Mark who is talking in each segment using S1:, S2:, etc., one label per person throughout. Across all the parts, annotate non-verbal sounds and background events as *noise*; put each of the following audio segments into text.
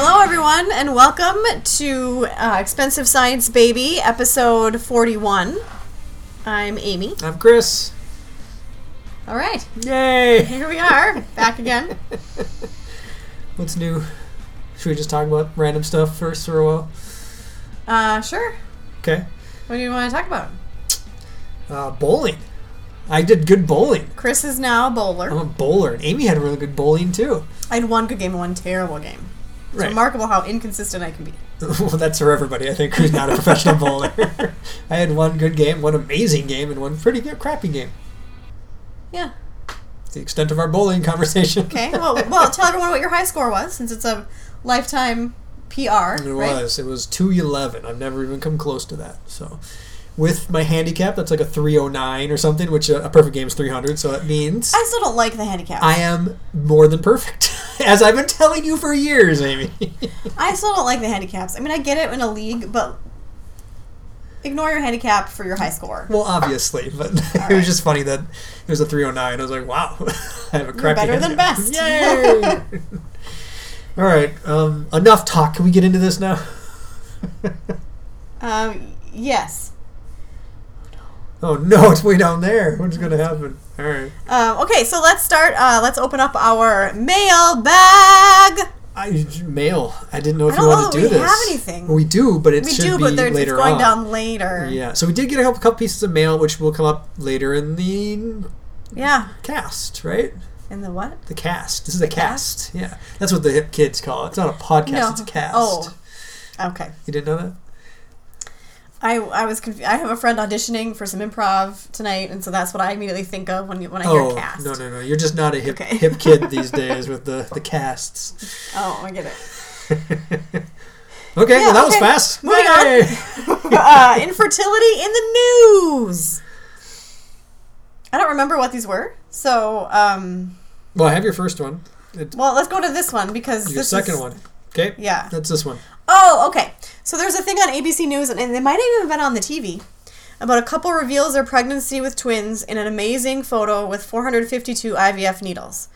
S1: everyone, and welcome to uh, Expensive Science Baby, episode 41. I'm Amy.
S2: I'm Chris.
S1: All right,
S2: Yay!
S1: here we are, back
S2: *laughs*
S1: again.
S2: What's new? Should we just talk about random stuff first for a while?
S1: Uh, sure.
S2: Okay.
S1: What do you want to talk about?
S2: Uh, bowling. I did good bowling.
S1: Chris is now a
S2: I'm
S1: bowler.
S2: a bowler, and Amy had really good bowling too.
S1: I had one good game and one terrible game. It's
S2: Uh-huh. Right.
S1: remarkable how inconsistent I can be.
S2: *laughs* well, that's for everybody. I think who's not a professional bowler. *laughs* I had one good game, one amazing game, and one pretty good crappy game.
S1: Yeah.
S2: It's the extent of our bowling conversation. *laughs*
S1: Okay. Well, well, tell everyone what your high score was, since it's a lifetime PR.
S2: It
S1: right?
S2: was. It was two eleven. I've never even come close to that. So, with my handicap, that's like a three oh nine or something, which uh, a, a perfect game is three hundred. So that means
S1: I still don't like the handicap.
S2: I am more than perfect, *laughs* as I've been telling you for years, Amy. *laughs*
S1: I still don't like the handicaps. I mean, I get it in a league, but ignore your handicap for your high score.
S2: well, obviously, but *laughs* it
S1: right.
S2: was just funny that it was a 309. I was like, wow, *laughs* I have a crappy
S1: better than best.
S2: handicap. *laughs* Yay! *laughs* All right, um, enough talk. Can we get into this now? *laughs*
S1: Um, yes.
S2: oh no, it's way down there. What's going to happen? All right.
S1: Um, okay, so let's start. Uh, let's open up our mail bag.
S2: I mail. I didn't know if
S1: I
S2: you
S1: don't
S2: wanted
S1: know
S2: to do
S1: that we
S2: this.
S1: have anything.
S2: We do, but it
S1: We
S2: should
S1: do,
S2: be
S1: but there's, it's
S2: later
S1: going
S2: on.
S1: down later.
S2: Yeah, so we did get a couple pieces of mail, which will come up later in the
S1: Yeah.
S2: cast, right?
S1: And the what?
S2: The cast. This is a cast. Yeah, that's what the hip kids call it. It's not a podcast.
S1: No.
S2: It's a cast.
S1: Oh. Okay.
S2: You didn't know that?
S1: I, I was confused. I have a friend auditioning for some improv tonight, and so that's what I immediately think of when you, when I
S2: oh
S1: hear cast.
S2: no no no! You're just not a hip
S1: Okay. *laughs*
S2: hip kid these days with the the casts. *laughs*
S1: Oh, I get it.
S2: okay, well that was
S1: okay.
S2: fast.
S1: Moving on. uh, *laughs* infertility in the news. I don't remember what these were, so um,
S2: Well, I have your first one. It,
S1: well, let's go to this one because
S2: your
S1: this
S2: second
S1: is-
S2: one. Okay.
S1: Yeah.
S2: That's this one.
S1: Oh, okay. So there's a thing on ABC News, and they might have even been on the TV, about a couple reveals their pregnancy with twins in an amazing photo with 452 IVF needles.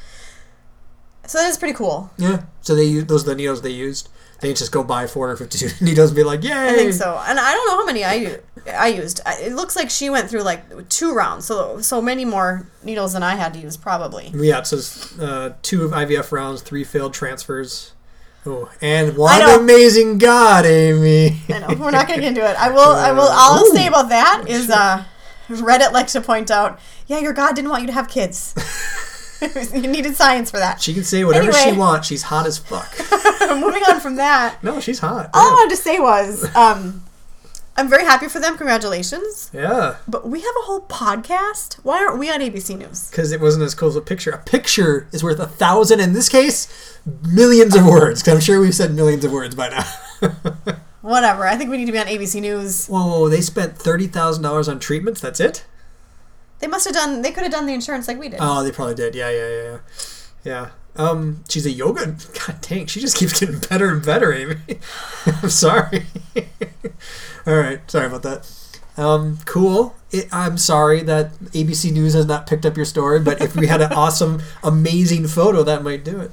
S1: So that is pretty cool.
S2: Yeah. So they u- those are the needles they used. They didn't just go buy 452 *laughs* needles and be like, yay!
S1: I think so, and I don't know how many I u- I used. I- It looks like she went through like two rounds, so so many more needles than I had to use probably.
S2: Yeah, it says uh, two of IVF rounds, three failed transfers. Oh, and
S1: I
S2: one
S1: don't-
S2: amazing God, Amy. *laughs*
S1: I know we're not going to get into it. I will. I will. All I'll say
S2: Ooh.
S1: about that is uh, Reddit likes to point out, yeah, your God didn't want you to have kids. *laughs* you needed science for that.
S2: She can say whatever
S1: Anyway.
S2: she wants. She's hot
S1: *laughs*
S2: as fuck.
S1: Moving on from that,
S2: No, she's hot.
S1: all I wanted to say was, um, I'm very happy for them. Congratulations.
S2: yeah,
S1: But we have a whole podcast. Why aren't we on ABC News?
S2: because it wasn't as cool as a picture. A picture is worth a thousand. In this case, millions of words. 'cause I'm sure we've said millions of words by now. *laughs*
S1: Whatever. I think we need to be on ABC News.
S2: Whoa, they spent thirty thousand dollars on treatments. That's it.
S1: They must have done. They could have done the insurance like we did.
S2: Oh, they probably did. Yeah, yeah, yeah, yeah. Yeah. Um, she's a yoga. *laughs* God dang, she just keeps getting better and better, Amy. *laughs* I'm sorry. *laughs* All right, sorry about that. Um, cool. It, I'm sorry that ABC News has not picked up your story, but if we
S1: *laughs*
S2: had an awesome, amazing photo, that might do it.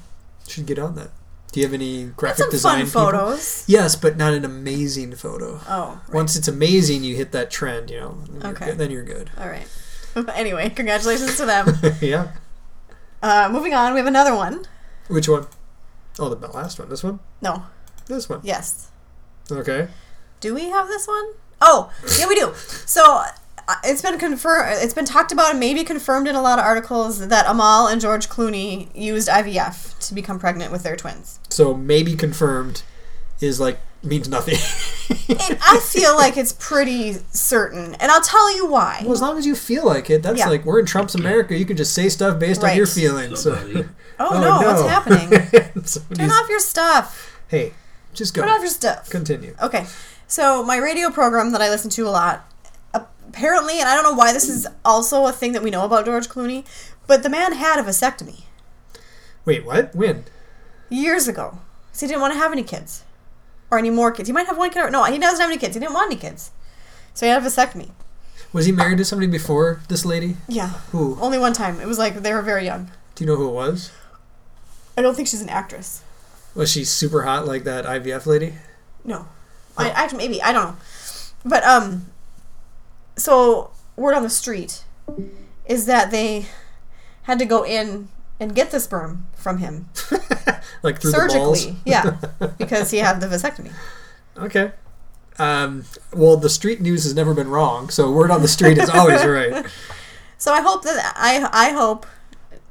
S2: Should get on that. Do you have any graphic
S1: Some
S2: design
S1: fun
S2: people?
S1: photos.
S2: Yes, but not an amazing photo.
S1: Oh, right.
S2: Once it's amazing, you hit that trend. You know, then you're
S1: Okay.
S2: good- Then you're good. *laughs*
S1: all right. *laughs* anyway, congratulations to them.
S2: yeah.
S1: Uh, moving on, we have another one.
S2: Which one? Oh, the last one. This one.
S1: No,
S2: This one.
S1: yes.
S2: Okay.
S1: Do we have this one? Oh, yeah, we do. So uh, it's been confirmed. It's been talked about and maybe confirmed in a lot of articles that Amal and George Clooney used IVF to become pregnant with their twins.
S2: So maybe confirmed is like means nothing. *laughs*
S1: And I feel like it's pretty certain, and I'll tell you why.
S2: well, as long as you feel like it, that's
S1: Yeah.
S2: like we're in Trump's America. You can just say stuff based
S1: Right.
S2: on your feelings. *laughs* So.
S1: Oh, no, what's
S2: *laughs*
S1: happening? *laughs* Turn
S2: Somebody's-
S1: off your stuff.
S2: Hey, just go.
S1: Turn off your stuff.
S2: Continue.
S1: Okay, so my radio program that I listen to a lot, apparently, and I don't know why this is also a thing that we know about George Clooney, but the man had a vasectomy
S2: Wait, what? When?
S1: years ago. So he didn't want to have any kids or any more kids. He might have one kid. Or, no, he doesn't have any kids. He didn't want any kids. So he had a vasectomy.
S2: Was he married to somebody before this lady?
S1: Yeah.
S2: Who?
S1: Only one time. It was like they were very young.
S2: Do you know who it was?
S1: I don't think she's an actress.
S2: Was she super hot like that IVF lady? *laughs*
S1: No,
S2: Oh.
S1: I, I maybe I don't know, but um, so word on the street is that they had to go in and get the sperm from him
S2: like through the balls?
S1: surgically,
S2: *laughs*
S1: yeah, because he had the vasectomy.
S2: Okay. Um, well, the street news has never been wrong, so word on the street is always right.
S1: So I hope that I I hope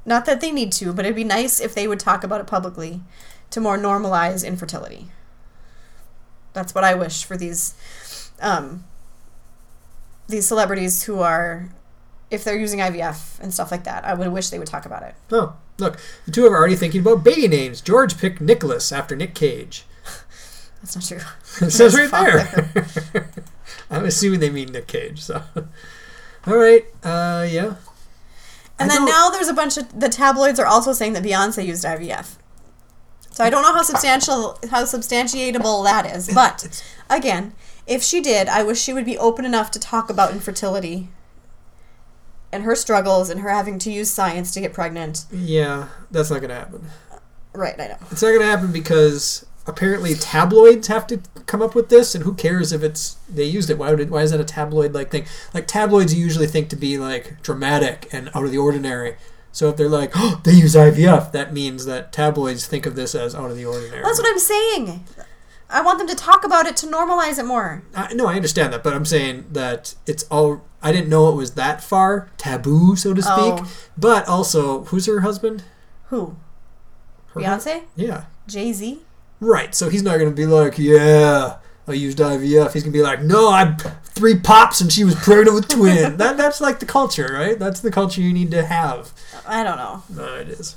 S1: not that they need to, but it'd be nice if they would talk about it publicly to more normalize infertility. That's what I wish for these um these celebrities who are if they're using IVF and stuff like that. I would wish they would talk about it.
S2: Oh, look, the two are already thinking about baby names. George picked Nicholas after Nick Cage. *laughs*
S1: That's not true. *laughs*
S2: It says right there. *laughs* I'm assuming they mean Nick Cage. So, *laughs* all right, uh, yeah.
S1: And then
S2: I don't-
S1: now there's a bunch of the tabloids are also saying that Beyonce used IVF. So I don't know how substantial how substantiatable that is, but again, if she did, I wish she would be open enough to talk about infertility and her struggles and her having to use science to get pregnant.
S2: yeah, that's not gonna happen.
S1: Right, I know.
S2: It's not gonna happen because apparently tabloids have to come up with this, and who cares if it's they used it? Why would it, why is that a tabloid like thing? Like tabloids you usually think to be like dramatic and out of the ordinary. So if they're like, oh, they use IVF, that means that tabloids think of this as out of the ordinary.
S1: That's what I'm saying. I want them to talk about it to normalize it more.
S2: I, no, I understand that, but I'm saying that it's all. I didn't know it was that far taboo, so to speak.
S1: Oh.
S2: But also, who's her husband?
S1: Who?
S2: Her
S1: Beyonce?
S2: Yeah.
S1: Jay-Z?
S2: Right. So he's not gonna be like, yeah, I used IVF. He's gonna be like, no, I three pops and she was pregnant with twin.
S1: *laughs*
S2: that that's like the culture, right? That's the culture you need to have.
S1: I don't know.
S2: No, it is.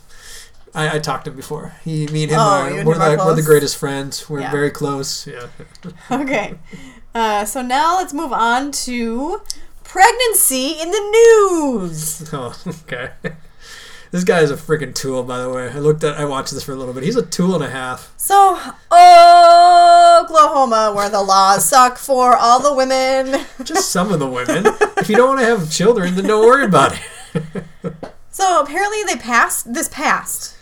S2: I, I talked to him before. He, me, and him
S1: Oh,
S2: are
S1: you and
S2: we're,
S1: him are
S2: like, we're the
S1: close?
S2: greatest friends. We're
S1: Yeah.
S2: very close. Yeah.
S1: Okay. Uh, so now let's move on to pregnancy in the news.
S2: *laughs* Oh, okay. This guy is a freaking tool, by the way. I looked at, I watched this for a little bit. He's a tool and a half.
S1: So, Oklahoma, where the laws suck for all the women.
S2: Just some of
S1: *laughs*
S2: the women. If you don't want to have children, then don't worry about it.
S1: So, apparently, they passed this passed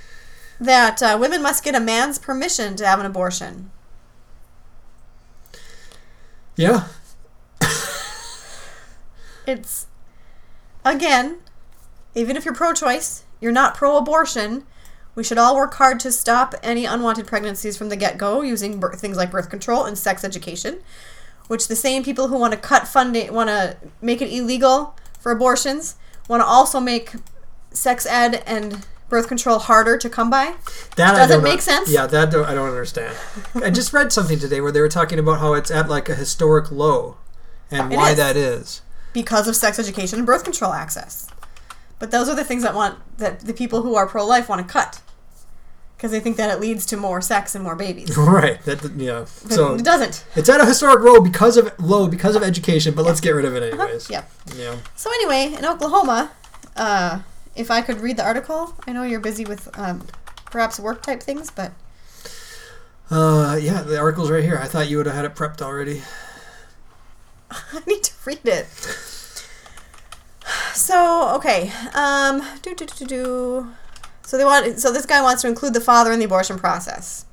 S1: that uh, women must get a man's permission to have an abortion.
S2: Yeah.
S1: It's, again, even if you're pro choice, you're not pro abortion. We should all work hard to stop any unwanted pregnancies from the get go using bir- things like birth control and sex education, which the same people who want to cut funding, want to make it illegal for abortions, want to also make sex ed and birth control harder to come by.
S2: That I
S1: Does it
S2: don't
S1: make
S2: un-
S1: sense?
S2: Yeah, that don't, I don't understand. I just read something today where they were talking about how it's at like a historic low and
S1: It
S2: why
S1: is.
S2: that is.
S1: because of sex education and birth control access. But those are the things that want that the people who are pro-life want to cut because they think that it leads to more sex and more
S2: *laughs*
S1: babies.
S2: Right. That yeah.
S1: But *laughs*
S2: So
S1: it doesn't.
S2: it's at a historic low because of low because of education, but let's get rid of it
S1: Uh-huh.
S2: anyways.
S1: Yep.
S2: Yeah.
S1: So anyway, in Oklahoma, uh, if I could read the article, I know you're busy with um, perhaps work type things, but
S2: Uh, yeah, the article's right here. I thought you would have had it prepped already.
S1: *laughs* I need to read it. So okay, um, do do do do do. So they want. So this guy wants to include the father in the abortion process,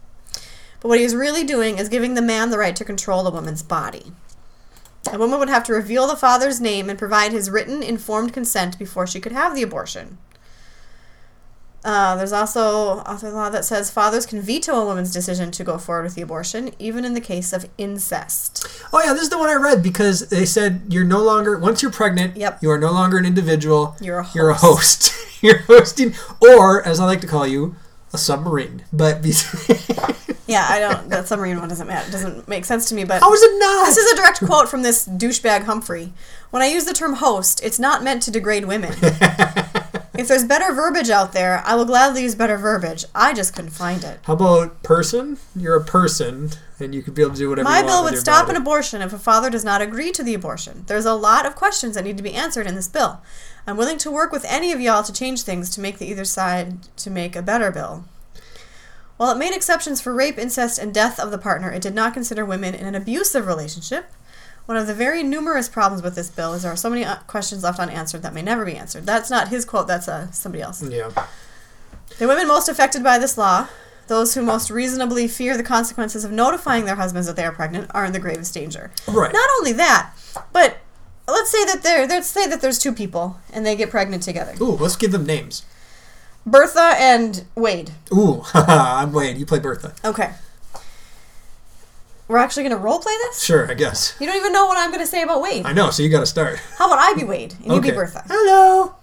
S1: but what he's really doing is giving the man the right to control the woman's body. A woman would have to reveal the father's name and provide his written, informed consent before she could have the abortion. Uh, there's also also a law that says fathers can veto a woman's decision to go forward with the abortion, even in the case of incest.
S2: Oh yeah, this is the one I read because they said you're no longer once you're pregnant.
S1: Yep.
S2: You are no longer an individual.
S1: You're a
S2: You're a host. *laughs* you're hosting, or as I like to call you, a submarine. But be- *laughs*
S1: Yeah, I don't. That submarine one doesn't matter. Doesn't make sense to me. But
S2: how is it not?
S1: this is a direct quote from this douchebag Humphrey. When I use the term host, it's not meant to degrade
S2: *laughs*
S1: women. if there's better verbiage out there, I will gladly use better verbiage. I just couldn't find it.
S2: how about person? You're a person, and you could be able to do whatever.
S1: My
S2: you
S1: bill
S2: want with
S1: would
S2: your
S1: stop an
S2: body.
S1: abortion if a father does not agree to the abortion. There's a lot of questions that need to be answered in this bill. I'm willing to work with any of y'all to change things to make the either side to make a better bill. While it made exceptions for rape, incest, and death of the partner, it did not consider women in an abusive relationship. One of the very numerous problems with this bill is there are so many uh, questions left unanswered that may never be answered. That's not his quote, that's uh, somebody else.
S2: Yeah.
S1: The women most affected by this law, Those who most reasonably fear the consequences of notifying their husbands that they are pregnant are in the gravest danger.
S2: Right.
S1: Not only that, but let's say that there let's say that there's two people and they get pregnant together.
S2: Ooh, let's give them names.
S1: Bertha and Wade.
S2: Ooh, *laughs* haha, I'm Wayne. You play Bertha.
S1: Okay. We're actually going to role play this?
S2: Sure, I guess.
S1: You don't even know what I'm going to say about Wade.
S2: I know, so you got to start.
S1: How about I be Wade and you be Bertha?
S2: Hello.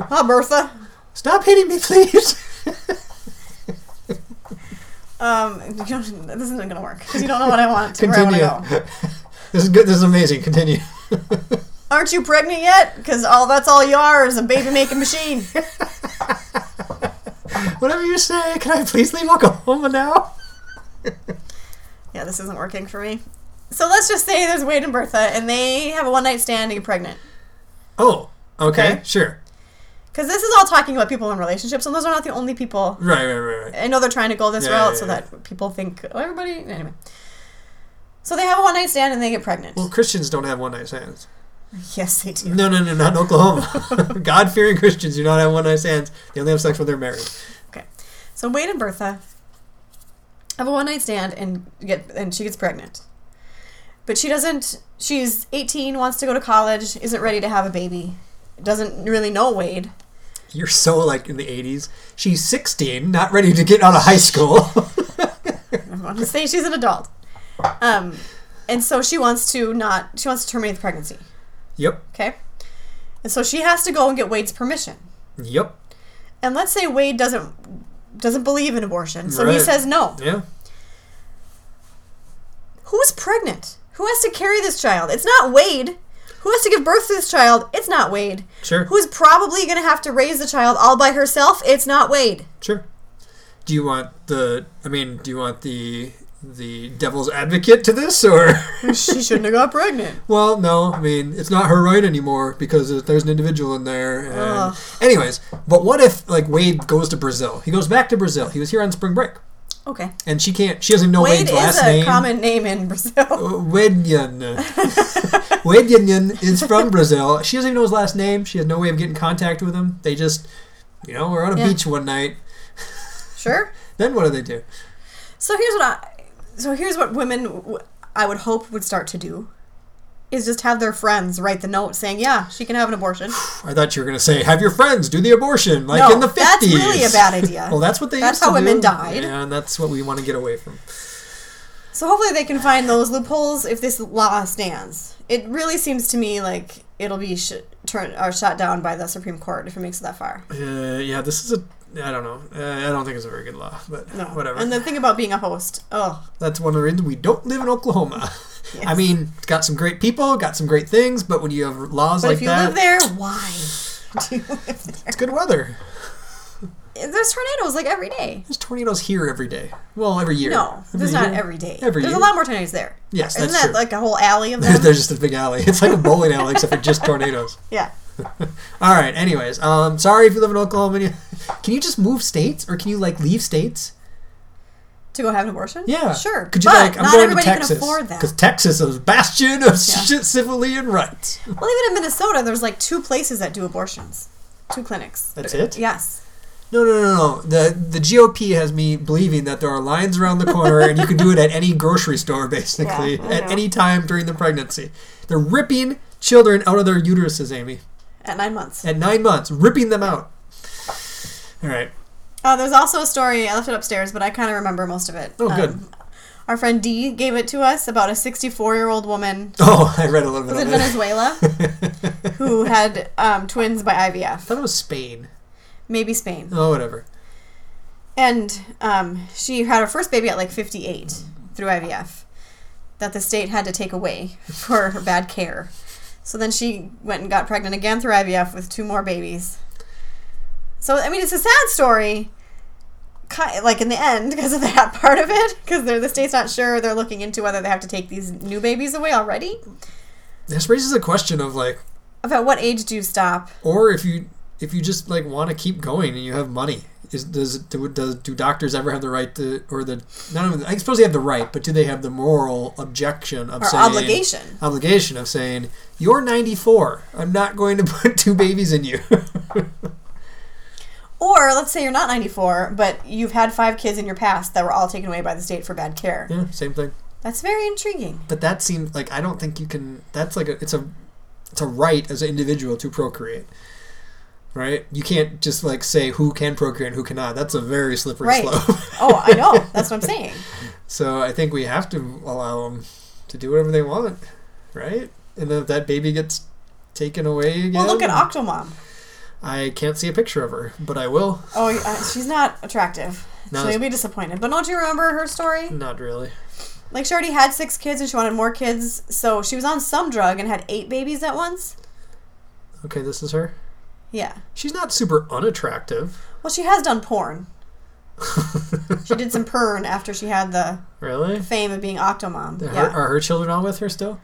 S1: Hi, Bertha.
S2: Stop hitting me, please.
S1: Um, *laughs* you don't- this isn't going to work because you don't know what I want to, where I want to go.
S2: *laughs* this is good. This is amazing. Continue. *laughs*
S1: Aren't you pregnant yet? Because all that's all you are is a baby making machine.
S2: Whatever you say, can I please leave Oklahoma now?
S1: yeah, this isn't working for me. So let's just say there's Wade and Bertha, and they have a one night stand and get pregnant.
S2: Oh, okay,
S1: Okay.
S2: sure.
S1: Because this is all talking about people in relationships, and those are not the only people.
S2: Right, right, right, right.
S1: I know they're trying to go this
S2: Yeah,
S1: route
S2: yeah,
S1: so
S2: yeah.
S1: that people think oh, everybody. Anyway, so they have a one night stand and they get pregnant.
S2: Well, Christians don't have one night stands.
S1: *laughs* yes, they do.
S2: No, no, no, not in Oklahoma. *laughs* God fearing Christians do not have one night stands. They only have sex when they're married.
S1: Okay, so Wade and Bertha have a one night stand and get and she gets pregnant, but she doesn't. She's 18, wants to go to college, isn't ready to have a baby, doesn't really know Wade.
S2: You're so like in the 80s. She's 16, not ready to get out of high school. *laughs*
S1: I want to say she's an adult, um, and so she wants to not. She wants to terminate the pregnancy.
S2: yep,
S1: Okay, and so she has to go and get Wade's permission.
S2: yep,
S1: and let's say Wade doesn't doesn't believe in abortion, so he
S2: Right.
S1: says no.
S2: yeah.
S1: Who's pregnant? Who has to carry this child? It's not Wade. Who has to give birth to this child? It's not Wade.
S2: Sure.
S1: Who's probably going to have to raise the child all by herself? It's not Wade.
S2: Sure. Do you want the? I mean, do you want the the devil's advocate to this, or? *laughs*
S1: she shouldn't have got pregnant.
S2: well, no. I mean, it's not her right anymore because there's an individual in there. And
S1: Ugh.
S2: anyways, but what if like Wade goes to Brazil? He goes back to Brazil. He was here on spring break,
S1: Okay.
S2: and she can't. She doesn't know
S1: Wade
S2: Wade's
S1: is
S2: last
S1: a
S2: name. Uh,
S1: common name in Brazil.
S2: Wedyan. Wedyan is
S1: *laughs*
S2: from Brazil. She doesn't even know his last name. She has no way of getting in contact with him. They just, you know, we're on a
S1: Yeah.
S2: beach one night.
S1: *laughs* sure.
S2: Then what do they do?
S1: So here's what I so here's what women w- I would hope would start to do is just have their friends write the note saying, "Yeah, she can have an abortion."
S2: I thought you were going to say, have your friends do the abortion, like
S1: No,
S2: in the 50s.
S1: that's really a bad idea.
S2: well, that's what they
S1: That's
S2: used to
S1: how women
S2: do,
S1: died.
S2: Yeah, and that's what we want to get away from.
S1: So hopefully they can find those loopholes if this law stands. It really seems to me like it'll be sh- turn or shot down by the Supreme Court if it makes it that
S2: *laughs*
S1: far.
S2: Uh, yeah, this is a. I don't know. Uh, I don't think it's a very good law, but
S1: No,
S2: whatever.
S1: And the thing about being a host, oh,
S2: that's one of the reasons we don't live in Oklahoma. *laughs* I mean, it's got some great people, got some great things, but when you have laws
S1: but
S2: like
S1: if you
S2: that,
S1: live there, why? *laughs* Do you live
S2: it's good weather.
S1: there? There's tornadoes like every day.
S2: There's tornadoes here every day. Well, every year. *laughs*
S1: No,
S2: every
S1: there's not
S2: year.
S1: every day.
S2: Every
S1: there's
S2: year.
S1: a lot more tornadoes there.
S2: Yes,
S1: Isn't
S2: that's
S1: that
S2: true.
S1: like a whole alley of
S2: *laughs* There's,
S1: them?
S2: there's just a big alley. It's like a bowling alley except for just tornadoes.
S1: yeah.
S2: All right. Anyways, um, sorry if you live in Oklahoma. *laughs* and you- Can you just move states, or can you like leave states?
S1: To go have an abortion?
S2: Yeah.
S1: Sure.
S2: Could you
S1: but
S2: like? I'm
S1: not
S2: going
S1: everybody
S2: to Texas
S1: can afford that.
S2: because Texas is a bastion of shit *laughs* civilian rights.
S1: Well, even in Minnesota, there's like two places that do abortions, two clinics.
S2: That's it.
S1: Yes.
S2: No, no, no, no. The the GOP has me believing that there are lines around the corner, and you can do it at any grocery store,
S1: *laughs*
S2: basically,
S1: Yeah, I
S2: at
S1: know.
S2: any time during the pregnancy. They're ripping children out of their uteruses, Amy,
S1: At nine months.
S2: at nine months, ripping them out. All right. *laughs*
S1: Uh, there's also a story. I left it upstairs, but I kind of remember most of it. Um,
S2: Oh, good.
S1: Our friend D gave it to us about a 64 year old woman
S2: Oh, I read a little bit
S1: was in
S2: of it. *laughs*
S1: Venezuela who had um, twins by
S2: I
S1: IVF,
S2: thought it was Spain.
S1: maybe Spain.
S2: Oh, whatever.
S1: And um, she had her first baby at like 58 through IVF that the state had to take away *laughs* for her bad care. So then she went and got pregnant again through IVF with two more babies. So, I mean, it's a sad story, ki- like in the end, *laughs* because of that part of it, because the state's not sure. They're looking into whether they have to take these new babies away already.
S2: This raises a question of like,
S1: Of at what age do you stop?
S2: or if you if you just like want to keep going and you have money, is does do, does do doctors ever have the right to or the not even I suppose they have the right, but do they have the moral objection of
S1: Or
S2: saying
S1: obligation.
S2: obligation of saying you're *laughs* 94, I'm not going to put two babies in you.
S1: Or Or let's say you're not 94, but you've had five kids in your past that were all taken away by the state for bad care.
S2: *laughs* Yeah, same thing.
S1: That's very intriguing.
S2: But that seems like I don't think you can. That's like a, it's a it's a right as an individual to procreate. Right? You can't just like say who can procreate and who cannot. That's a very slippery
S1: Right.
S2: slope.
S1: Oh,
S2: *laughs*
S1: I know. That's what I'm saying.
S2: so I think we have to allow them to do whatever they want, right? And then if that baby gets taken away again,
S1: Well, look at Octomom.
S2: I can't see a picture of her, but I will.
S1: Oh, uh, she's not attractive.
S2: No, Mm.
S1: so you'll be disappointed. But don't you remember her story?
S2: not really.
S1: Like she already had six kids and she wanted more kids, so she was on some drug and had eight babies at once.
S2: Okay, this is her.
S1: Yeah.
S2: She's not super unattractive,
S1: Well, she has done
S2: *laughs*
S1: porn. she did some porn after she had the
S2: really.
S1: fame of being Octomom.
S2: Are,
S1: yeah.
S2: are her children all with her still?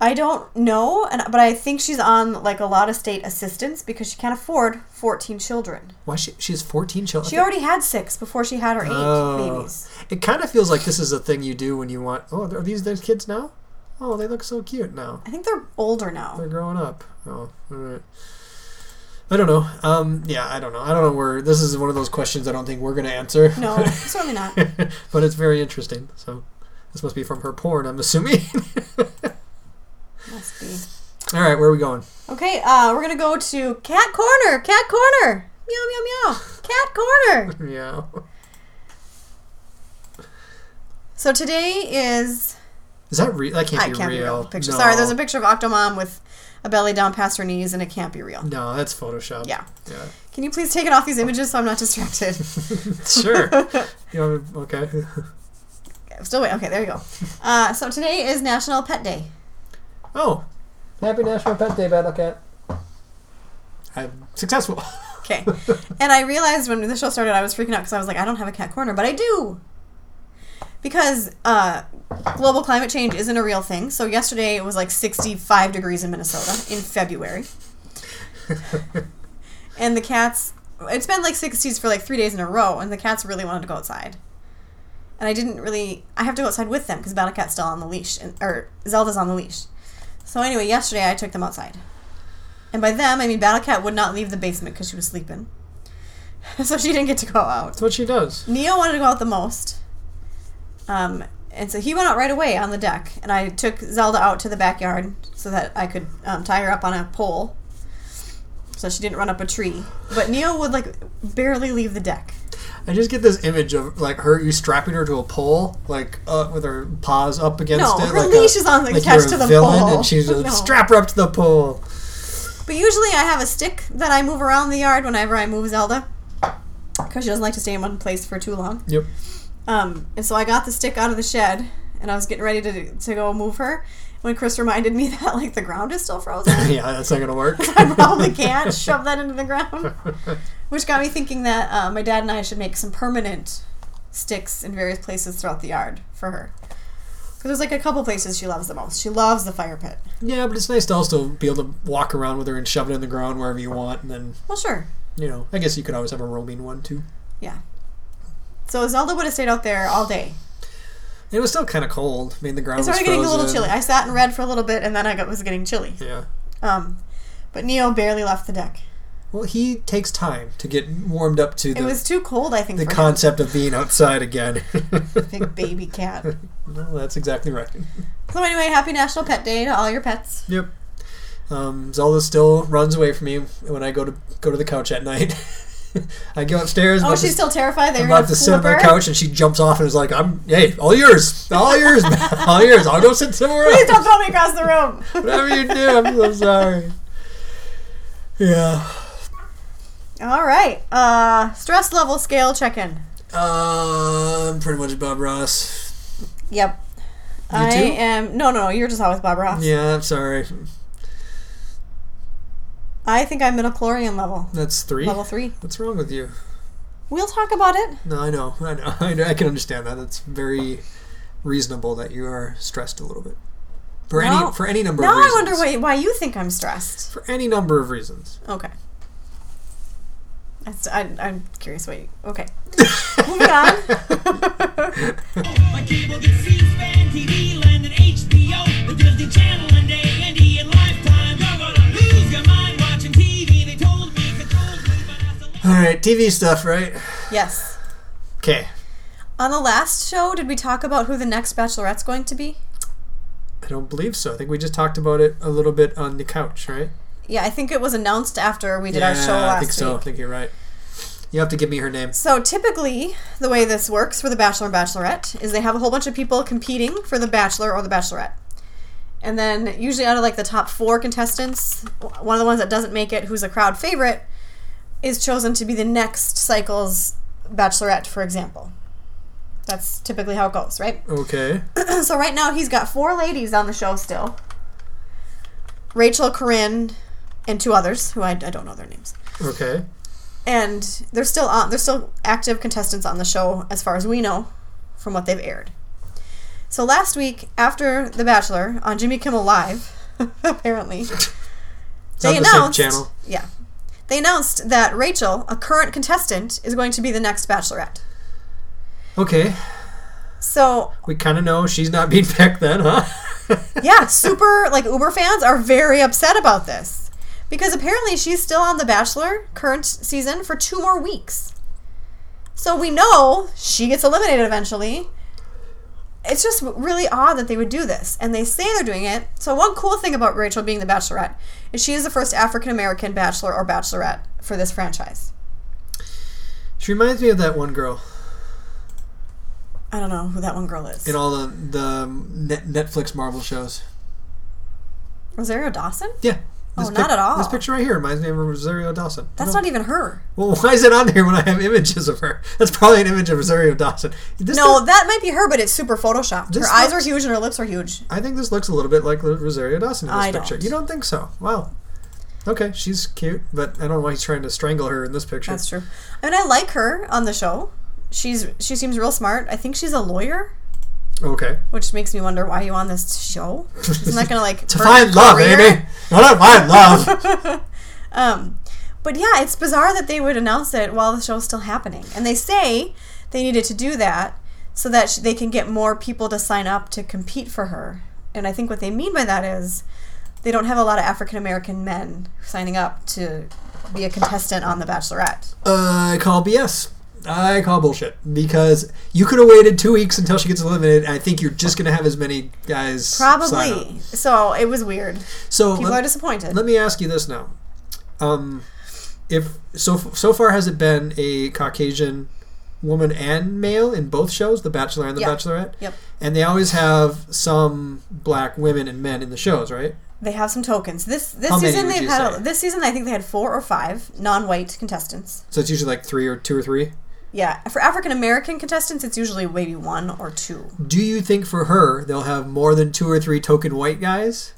S1: I don't know, and but I think she's on like a lot of state assistance because she can't afford 14 children.
S2: Why she she has fourteen children?
S1: She already had six before she had her eight
S2: Oh.
S1: babies.
S2: It kind of feels like this is a thing you do when you want. Oh, are these their kids now? Oh, they look so cute now.
S1: I think they're older now.
S2: They're growing up. Oh, all right. I don't know. Um, yeah, I don't know. I don't know where this is one of those questions I don't think we're gonna answer.
S1: No, certainly not.
S2: *laughs* but it's very interesting. So this must be from her porn, I'm assuming. *laughs*
S1: Must be.
S2: all right, where are we going?
S1: Okay, uh, we're gonna go to cat corner. Cat corner. Meow meow meow. Cat corner.
S2: Yeah.
S1: So today is
S2: Is that real? That can't
S1: I
S2: be
S1: can't be
S2: real.
S1: real picture.
S2: No.
S1: Sorry, there's a picture of Octomom with a belly down past her knees, and it can't be real.
S2: No, that's Photoshop.
S1: Yeah.
S2: Yeah. *laughs*
S1: Can you please take it off these images so I'm not distracted? *laughs*
S2: Sure. you want me- okay. *laughs*
S1: I'm still waiting. Okay, there you go. Uh, so today is National Pet Day.
S2: Oh. Happy National Pet Day, Battle Cat. I'm successful. *laughs*
S1: Okay. and I realized when the show started, I was freaking out because I was like, I don't have a cat corner, but I do. Because uh, global climate change isn't a real thing. So yesterday it was like 65 degrees in Minnesota in February. and the cats, it's been like 60s for like three days in a row, and the cats really wanted to go outside. And I didn't really, I have to go outside with them because Battle Cat's still on the leash, and, or Zelda's on the leash. So anyway, yesterday I took them outside. And by them, I mean Battle Cat would not leave the basement because she was sleeping. *laughs* so she didn't get to go out.
S2: That's what she does.
S1: Neo wanted to go out the most. Um, and so he went out right away on the deck. And I took Zelda out to the backyard so that I could um, tie her up on a pole so she didn't run up a tree. But Neo would, like, barely leave the deck.
S2: I just get this image of like her you strapping her to a pole, like uh, with her paws up against
S1: No,
S2: it.
S1: her
S2: like
S1: leash
S2: a,
S1: is on, like,
S2: like
S1: attached
S2: you're a
S1: to the
S2: villain,
S1: pole.
S2: and she's
S1: *laughs*
S2: just
S1: No.
S2: strap her up to the pole.
S1: But usually I have a stick that I move around the yard whenever I move Zelda because she doesn't like to stay in one place for too long.
S2: Yep. *laughs*
S1: Um, and so I got the stick out of the shed, and I was getting ready to, to go move her. When Chris reminded me *laughs* that like the ground is still frozen,
S2: yeah, that's not gonna work. *laughs*
S1: *laughs* I probably can't shove that into the ground, which got me thinking that uh, my dad and I should make some permanent sticks in various places throughout the yard for her. Because there's like a couple places she loves the most. She loves the fire pit.
S2: yeah, but it's nice to also be able to walk around with her and shove it in the ground wherever you want, and then
S1: Well, sure,
S2: you know, I guess you could always have a roaming one too.
S1: yeah. So Zelda would have stayed out there all day.
S2: It was still kind of cold. I mean, the ground
S1: It
S2: was
S1: started getting a little
S2: frozen.
S1: chilly. I sat and read for a little bit, and then I got, was getting chilly.
S2: Yeah.
S1: Um, but Neo barely left the deck.
S2: Well, he takes time to get warmed up to the,
S1: It was too cold, I think,
S2: the
S1: for him.
S2: concept of being outside again. *laughs*
S1: big baby cat.
S2: well, that's exactly right.
S1: So anyway, happy National Pet Day to all your pets.
S2: Yep. Um, Zelda still runs away from me when I go to go to the couch at night. *laughs* I go upstairs.
S1: Oh,
S2: about
S1: she's
S2: to,
S1: still terrified that you're
S2: I'm about
S1: gonna
S2: to sit on
S1: flip her.
S2: my couch, and she jumps off and is like, "I'm hey, all yours, all yours, *laughs* all yours. I'll go sit somewhere
S1: Please
S2: else.
S1: don't throw me across the room.
S2: *laughs* Whatever you do, I'm so sorry." Yeah.
S1: all right. Uh, stress level scale check-in.
S2: Um, pretty much Bob Ross.
S1: Yep.
S2: You
S1: I
S2: too?
S1: am. No, no, you're just always Bob Ross.
S2: Yeah, I'm sorry.
S1: I think I'm midichlorian level.
S2: That's three.
S1: Level three.
S2: What's wrong with you?
S1: We'll talk about it.
S2: No, I know, I know, *laughs* I know. I can understand that. That's very reasonable that you are stressed a little bit for
S1: Now-
S2: any for any number.
S1: Now
S2: of reasons.
S1: I wonder why, why you think I'm stressed.
S2: for any number
S1: *laughs*
S2: of reasons.
S1: Okay. That's, I, I'm curious. Wait. Okay.
S2: *laughs*
S1: Moving on.
S3: My cable gets C-SPAN, TV land, and HBO, the Disney Channel, and A&E, and Lifetime. You're gonna lose your mind watching TV. They told me, they told me, but I still.
S2: All right, TV stuff, right?
S1: Yes.
S2: Okay.
S1: On the last show, did we talk about who the next bachelorette's going to be?
S2: I don't believe so. I think we just talked about it a little bit on the couch, right?
S1: Yeah, I think it was announced after we did our show
S2: I
S1: last
S2: think so. I
S1: week.
S2: think you're right. You have to give me her name.
S1: So typically, the way this works for the Bachelor and Bachelorette is they have a whole bunch of people competing for the Bachelor or the Bachelorette. And then, usually, out of like the top four contestants, w- one of the ones that doesn't make it, who's a crowd favorite, is chosen to be the next cycle's Bachelorette, for example. That's typically how it goes, right? *clears throat*
S2: Okay.
S1: so, right now, he's got four ladies on the show still Rachel, Corinne, and two others who I, I don't know their names
S2: Okay.
S1: and they're still on they're still active contestants on the show as far as we know from what they've aired so last week after the bachelor on jimmy kimmel live *laughs* apparently
S2: It's
S1: they
S2: on the same
S1: announced
S2: channel.
S1: yeah they announced that rachel a current contestant is going to be the next bachelorette
S2: Okay.
S1: so
S2: We kind of know she's not being *laughs* picked then, huh?
S1: yeah super like uber fans are very upset about this because apparently she's still on the bachelor current season for two more weeks so we know she gets eliminated eventually it's just really odd that they would do this and they say they're doing it so one cool thing about rachel being the bachelorette is she is the first african american bachelor or bachelorette for this franchise
S2: *laughs* She reminds me of that one girl
S1: i don't know who that one girl is
S2: in all the the net Netflix Marvel shows.
S1: rosario dawson
S2: Yeah.
S1: Oh, not at all.
S2: This picture right here reminds me of Rosario Dawson.
S1: that's not even her
S2: Well, why is it on here when I have images of her? That's probably an image of Rosario Dawson. This
S1: no
S2: look-
S1: that might be her but it's super photoshopped her
S2: This
S1: eyes are
S2: looks-
S1: huge and her lips are huge
S2: I think this looks a little bit like Lo- Rosario Dawson in this
S1: I
S2: picture.
S1: don't.
S2: You don't think so? Wow. Okay, she's cute, but I don't know why he's trying to strangle her in this picture.
S1: That's true. I mean, I like her on the show. She's she seems real smart. I think she's a lawyer,
S2: Okay.
S1: which makes me wonder why you on this show. Isn't that gonna like
S2: *laughs* To
S1: hurt
S2: find
S1: your
S2: love,
S1: career?
S2: baby. Not to find love. Uh,
S1: *laughs* Um, but yeah, it's bizarre that they would announce it while the show's still happening, and they say they needed to do that so that sh- they can get more people to sign up to compete for her. And I think what they mean by that is they don't have a lot of African American men signing up to be a contestant on The Bachelorette.
S2: I call BS. I call bullshit because you could have waited two weeks until she gets eliminated. And I think you're just gonna have as many guys. sign up.
S1: Probably. So it was weird.
S2: So
S1: People
S2: let-
S1: are disappointed.
S2: Let me ask you this now: um, If so, so far has it been a Caucasian woman and male in both shows, The Bachelor and The
S1: Yeah.
S2: Bachelorette?
S1: Yep.
S2: And they always have some black women and men in the shows, right?
S1: They have some tokens. This this
S2: How many
S1: season
S2: would
S1: they've
S2: you
S1: had a,
S2: say?
S1: this season I think they had four or five non-white contestants.
S2: So it's usually like three or two or three.
S1: Yeah, for African American contestants it's usually maybe one or two.
S2: Do you think for her they'll have more than two or three token white guys?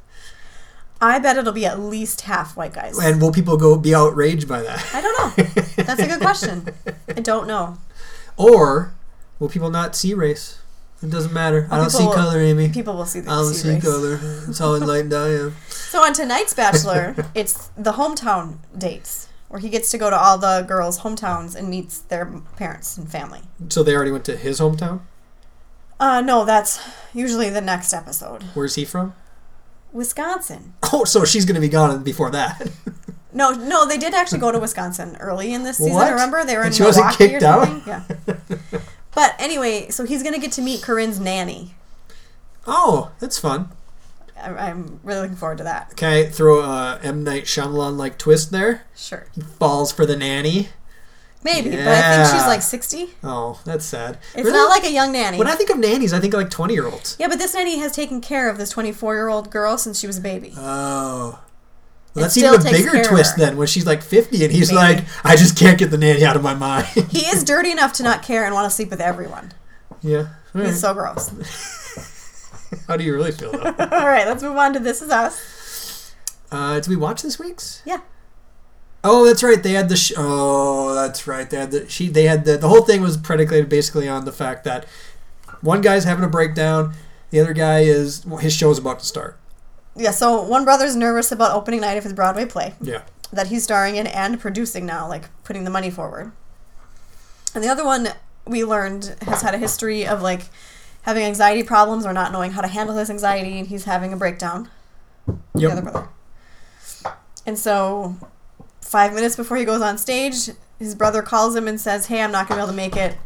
S1: I bet it'll be at least half white guys.
S2: And will people go be outraged by that?
S1: I don't know. That's a good question. I don't know.
S2: Or will people not see race? It doesn't matter. *laughs* I don't see
S1: people will-
S2: color, Amy.
S1: People will see the
S2: I don't see
S1: race.
S2: color. It's how enlightened I am.
S1: So on tonight's
S2: *laughs*
S1: Bachelor, it's the hometown dates where he gets to go to all the girls' hometowns and meets their parents and family.
S2: So they already went to his hometown.
S1: Uh no, that's usually the next episode.
S2: Where's he from?
S1: Wisconsin.
S2: Oh, so she's gonna be gone before that. *laughs*
S1: No, no, they did actually go to Wisconsin early in this season.
S2: What?
S1: Remember, they were in
S2: And she wasn't
S1: Milwaukee
S2: kicked
S1: or
S2: out?
S1: something. Yeah. but anyway, so he's gonna get to meet Corinne's nanny.
S2: oh, that's fun.
S1: I, I'm really looking forward to that.
S2: Can I throw a M Night Shyamalan like twist there?
S1: Sure,
S2: Falls for the nanny.
S1: maybe, but I think she's
S2: Yeah.
S1: like 60. It's
S2: Oh, that's sad.
S1: not like a young nanny.
S2: when I think of nannies, I think like twenty year olds.
S1: yeah, but this nanny has taken care of this 24 year old girl since she was a baby.
S2: Oh.
S1: It
S2: Well, that's
S1: still
S2: even a
S1: takes care
S2: bigger
S1: of
S2: twist
S1: her.
S2: then when she's like 50 and he's
S1: Maybe.
S2: like, I just can't get the nanny out of my mind. *laughs*
S1: he is dirty enough to not care and want to sleep with everyone.
S2: yeah. All right.
S1: He's so gross. *laughs*
S2: How do you really feel though?
S1: All right, let's move on to This Is Us.
S2: uh, did we watch this week's?
S1: Yeah.
S2: Oh, that's right. They had the sh- oh, that's right. They had the she. They had the the whole thing was predicated basically on the fact that one guy's having a breakdown, the other guy is well, his show's about to start.
S1: Yeah, so one brother's nervous about opening night of his Broadway play.
S2: Yeah,
S1: that he's starring in and producing now, like putting the money forward. And the other one we learned has had a history of like having anxiety problems or not knowing how to handle his anxiety, and he's having a breakdown. The other
S2: yep.
S1: brother. And so, five minutes before he goes on stage, his brother calls him and says, "Hey, I'm not gonna be able to make it."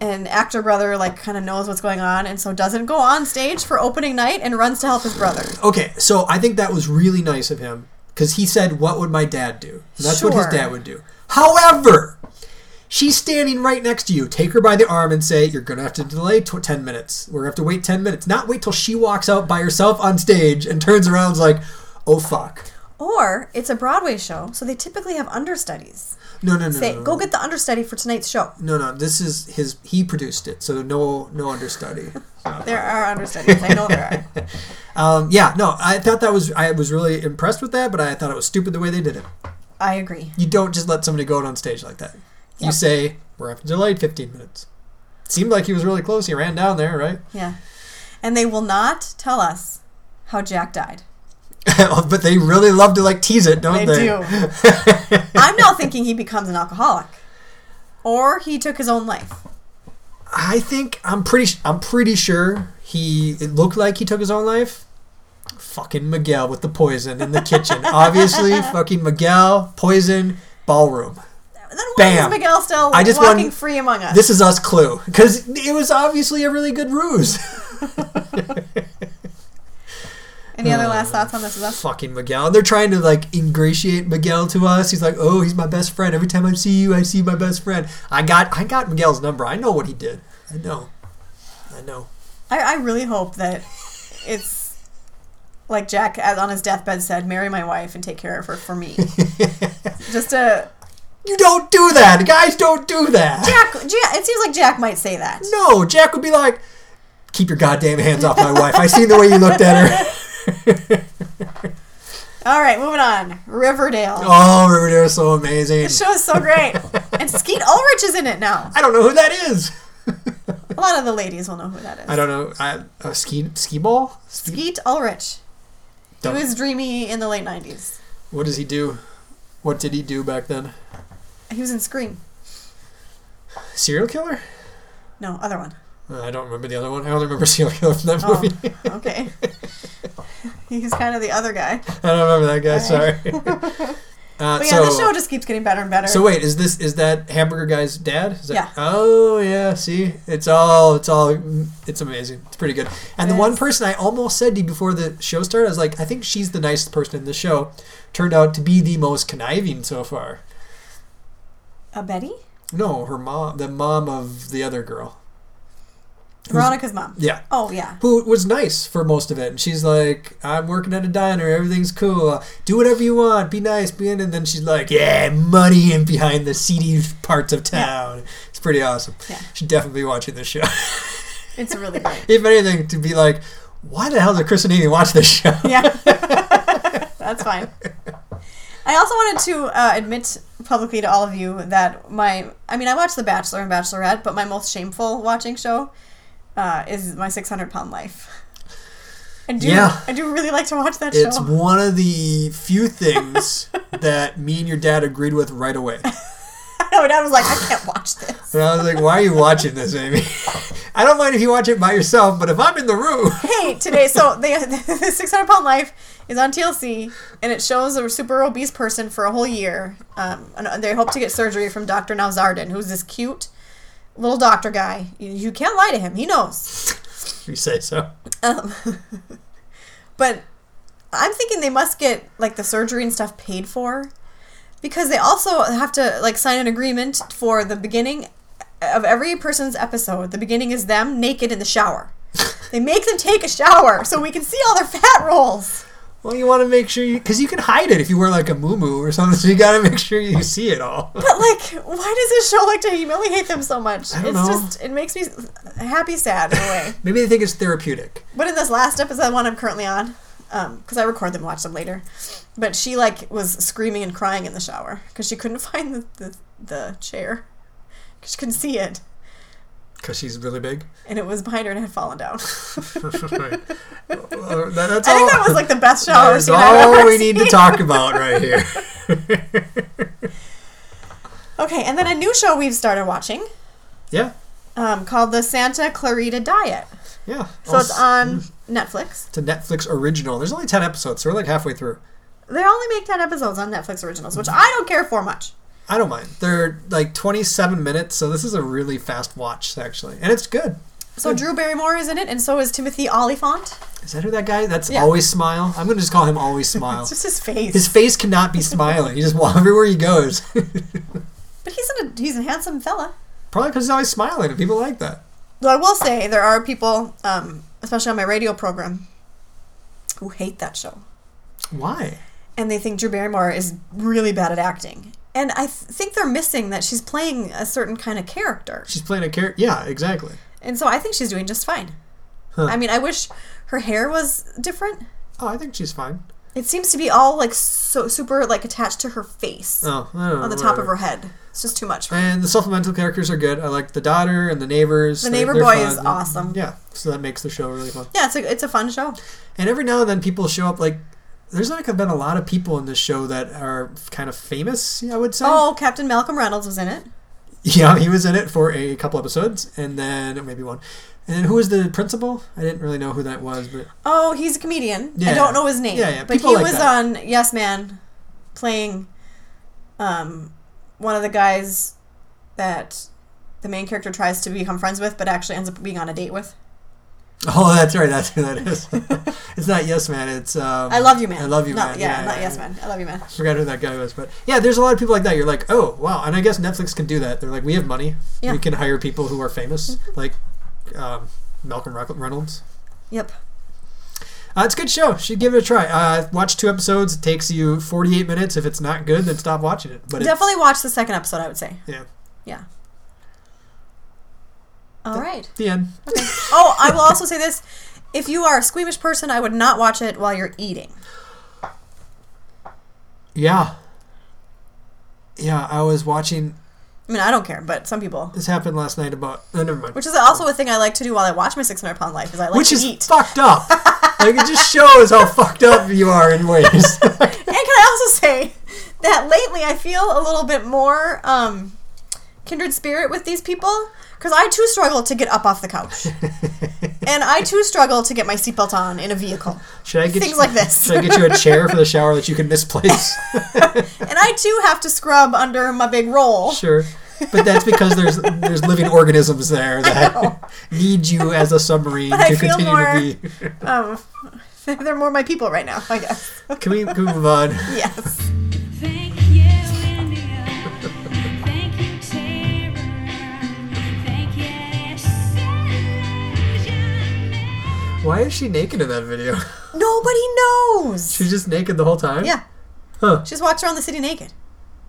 S1: And actor brother like kind of knows what's going on, and so doesn't go on stage for opening night and runs to help his brother.
S2: Okay, so I think that was really nice of him because he said, "What would my dad do?" And that's what his
S1: Sure.
S2: dad would do. However, she's standing right next to you. Take her by the arm and say, "You're gonna have to delay tw ten minutes. We're gonna have to wait ten minutes. Not wait till she walks out by herself on stage and turns around and's like, oh fuck."
S1: Or it's a Broadway show, so they typically have understudies.
S2: No, no, no.
S1: Say,
S2: no, no.
S1: go get the understudy for tonight's show.
S2: No, no. This is his. He produced it, so no, no understudy.
S1: There are understudies. I know there
S2: *laughs*
S1: are.
S2: Um, yeah, no. I thought that was. I was really impressed with that, but I thought it was stupid the way they did it.
S1: I agree.
S2: You don't just let somebody go out on stage like that. You
S1: Yep.
S2: say, we're after delayed 15 minutes. Seemed like he was really close. He ran down there, right? *laughs*
S1: Yeah. And they will not tell us how Jack died.
S2: but they really love to like tease it,
S1: They
S2: don't they?
S1: do. I'm now thinking he becomes an alcoholic. Or he took his own life.
S2: *laughs* I think I'm pretty. s- I'm pretty sure he. It looked like he took his own life. Fucking Miguel with the poison in the kitchen.
S1: *laughs*
S2: Obviously, fucking Miguel, poison, ballroom.
S1: Then why
S2: Bam.
S1: is Miguel still
S2: I just
S1: walking
S2: want-
S1: free among us?
S2: This is us clue because it was obviously a really good ruse. *laughs*
S1: Any other
S2: *laughs*
S1: last thoughts on this is us?
S2: fucking Miguel. They're trying to like ingratiate Miguel to us. He's like, oh, he's my best friend. Every time I see you, I see my best friend. I got I got Miguel's number. I know what he did. I know. I know. *laughs*
S1: I, I really hope that it's like Jack as on his deathbed said, marry my wife and take care of her for
S2: *laughs*
S1: me. just a
S2: You don't do that, guys. Don't do that.
S1: Jack, Jack it seems like Jack might say that.
S2: No, Jack would be like, keep your goddamn hands off my wife. I seen the way you looked
S1: *laughs*
S2: at her.
S1: All right, moving on. Riverdale.
S2: Oh, Riverdale is so amazing.
S1: This show is so great. and Skeet Ulrich is in it now.
S2: I don't know who that is.
S1: A lot of the ladies will know who that is.
S2: I don't know. I, uh, ski ski ball. Ski,
S1: Skeet Ulrich. He
S2: Don't-
S1: was dreamy in the late 90s.
S2: what does he do? What did he do back then?
S1: He was in Scream.
S2: Serial killer?
S1: No, other
S2: *laughs*
S1: one.
S2: Uh, I don't remember the other one. I only remember *laughs* Serial Killer from that
S1: Oh,
S2: movie.
S1: okay. *laughs* He's kind of the other guy.
S2: I don't remember
S1: *laughs*
S2: that guy. Sorry. *laughs* Uh,
S1: But yeah,
S2: so,
S1: the show just keeps getting better and better.
S2: so wait, is this is that hamburger guy's dad? Is that,
S1: Yeah.
S2: Oh yeah. See, it's all it's all it's amazing. It's pretty good. And the
S1: It
S2: one
S1: is.
S2: person I almost said to you before the show started, I was like, I think she's the nicest person in the show. Turned out to be the most conniving so far.
S1: uh, Betty?
S2: No, her mom, the mom of the other girl.
S1: Veronica's mom.
S2: Yeah.
S1: Oh, yeah.
S2: who was nice for most of it. And she's like, I'm working at a diner. Everything's cool. Uh, Do whatever you want. Be nice. Be in. And then she's like, yeah, money and behind the seedy parts of town. It's pretty awesome.
S1: Yeah.
S2: Should definitely be watching this show. *laughs*
S1: It's really great.
S2: if anything, to be like, why the hell did Chris and Amy watch this show?
S1: Yeah. *laughs* That's fine. I also wanted to uh, admit publicly to all of you that my, I mean, I watch The Bachelor and Bachelorette, but my most shameful watching show uh, is My 600 Pound Life. I do,
S2: Yeah.
S1: I do really like to watch that
S2: *laughs* It's
S1: *laughs* show.
S2: one of the
S1: *laughs*
S2: few things that me and your dad agreed with right away.
S1: My dad was like, I can't watch this.
S2: And I was like, why are you watching this, Amy? *laughs* I don't mind if you watch it by yourself, but if I'm in the room. *laughs*
S1: Hey, today, so they, the *laughs* 600 Pound Life is on TLC, and it shows a super obese person for a whole year. Um, and they hope to get surgery from Dr. Nowzardin, who's this cute little doctor guy. You, you can't lie to him, he knows.
S2: You say so.
S1: Um, *laughs* but I'm thinking they must get like the surgery and stuff paid for because they also have to like sign an agreement for the beginning of every person's episode. The beginning is them naked in the
S2: *laughs*
S1: shower. they make them take a shower so we can see all their fat rolls.
S2: Well, you want to make sure you, because you can hide it if you wear like a muumuu or something. *laughs* So you got to make sure you see it all.
S1: But like, why does this show like to humiliate them so much?
S2: I don't
S1: it's
S2: know.
S1: just it makes me happy sad in a way.
S2: Maybe they think it's therapeutic.
S1: But in this last episode, one I'm currently on, because I record them, watch them later. But she like was screaming and crying in the shower because she couldn't *laughs* find the the, the chair, 'Cause she couldn't see it,
S2: Because she's really big.
S1: and it was behind her and had fallen
S2: *laughs*
S1: down.
S2: Right. Uh, that- that's
S1: I
S2: all.
S1: think
S2: *laughs*
S1: that was like the best shower
S2: that is
S1: scene I've
S2: all
S1: ever
S2: we need to
S1: seen.
S2: talk about
S1: *laughs*
S2: right here.
S1: Okay, and then a new show we've started watching
S2: yeah,
S1: um, called the Santa Clarita Diet.
S2: yeah.
S1: So it's um, on
S2: mm.
S1: Netflix.
S2: It's a Netflix original. There's only ten episodes, so we're like halfway through.
S1: They only make ten episodes on Netflix originals, which I don't care for much.
S2: I don't mind. They're like 27 minutes, so this is a really fast watch actually, and it's good.
S1: So
S2: Hmm.
S1: Drew Barrymore is in it, and so is Timothy Oliphant.
S2: Is that who that guy? That's
S1: Yeah.
S2: always smile. I'm gonna just call him always
S1: *laughs*
S2: smile.
S1: It's just his face.
S2: His face cannot be smiling. He just wa- *laughs* everywhere he goes.
S1: but he's an, he's a handsome fella.
S2: Probably because he's always smiling, and people like that.
S1: Though I will say there are people, um, especially on my radio program, who hate that show,
S2: Why?
S1: and they think Drew Barrymore is really bad at acting. And I th- think they're missing that she's playing a certain kind of character,
S2: She's playing a character. Yeah, exactly.
S1: and so I think she's doing just fine.
S2: Huh.
S1: I mean, I wish her hair was different.
S2: Oh, I think she's fine.
S1: It seems to be all like so super like attached to her face
S2: Oh, I don't know,
S1: on the top
S2: whatever.
S1: of her head. It's just too much. for me.
S2: And the supplemental characters are good. I like the daughter and the neighbors.
S1: The
S2: They-
S1: neighbor
S2: they're
S1: boy
S2: fun.
S1: is awesome.
S2: Yeah, so that makes the show really fun.
S1: Yeah, it's a it's a fun show.
S2: And every now and then people show up. Like, there's like been a lot of people in this show that are kind of famous. I would say.
S1: Oh, Captain Malcolm Reynolds was in it.
S2: *laughs* Yeah, he was in it for a couple episodes, and then maybe one. And then who was the principal? I didn't really know who that was, but
S1: Oh, he's a comedian. I
S2: Yeah.
S1: don't know his name.
S2: Yeah, yeah,
S1: But
S2: people
S1: he
S2: like
S1: was
S2: that.
S1: on Yes Man playing um one of the guys that the main character tries to become friends with but actually ends up being on a date with.
S2: *laughs* oh, that's right, that's who that is. *laughs* it's not Yes Man. It's um,
S1: I love you man.
S2: I love you
S1: no,
S2: man.
S1: Yeah, not yes man. I love you man.
S2: I forgot who that guy was, but yeah, there's a lot of people like that. You're like, oh wow, and I guess Netflix can do that. They're like, we have money,
S1: Yeah. Mm-hmm.
S2: we can hire people who are famous, like um, Malcolm Rock- Reynolds.
S1: Yep.
S2: Uh, it's a good show. Should give it a try. Uh, watch two episodes. It takes you 48 minutes. If it's not good, then stop watching it. But it's-
S1: Definitely watch the second episode, I would say.
S2: yeah,
S1: Yeah. All right.
S2: the end.
S1: Oh, I will also say this. If you are a squeamish person, I would not watch it while you're eating.
S2: Yeah. Yeah, I was watching.
S1: I mean, I don't care, but some people.
S2: This happened last night about. Oh, never mind.
S1: Which is also a thing I like to do while I watch my 600 pound life, is I like
S2: Which
S1: to
S2: is
S1: eat.
S2: fucked up. like, it just shows how fucked up you are in ways. *laughs*
S1: and can I also say that lately I feel a little bit more um, kindred spirit with these people because I too struggle to get up off the
S2: *laughs*
S1: couch, and I too struggle to get my seatbelt on in a vehicle,
S2: should I get
S1: Things
S2: you,
S1: like this.
S2: Should I get you a chair for the shower that you
S1: *laughs*
S2: can misplace?
S1: and I too have to scrub under my big roll.
S2: sure. But that's because there's there's living organisms there that need you as a submarine
S1: But I
S2: to
S1: feel
S2: continue to be.
S1: Um, *laughs* they're more my people right now, I
S2: *laughs*
S1: guess.
S2: Can we, can we move on?
S1: yes.
S4: Thank you, India. Thank you, Terror. Thank you, Salvation.
S2: Why is she naked in that video? *laughs*
S1: Nobody knows.
S2: She's just naked the whole time.
S1: yeah.
S2: Huh.
S1: She just walks around the city naked.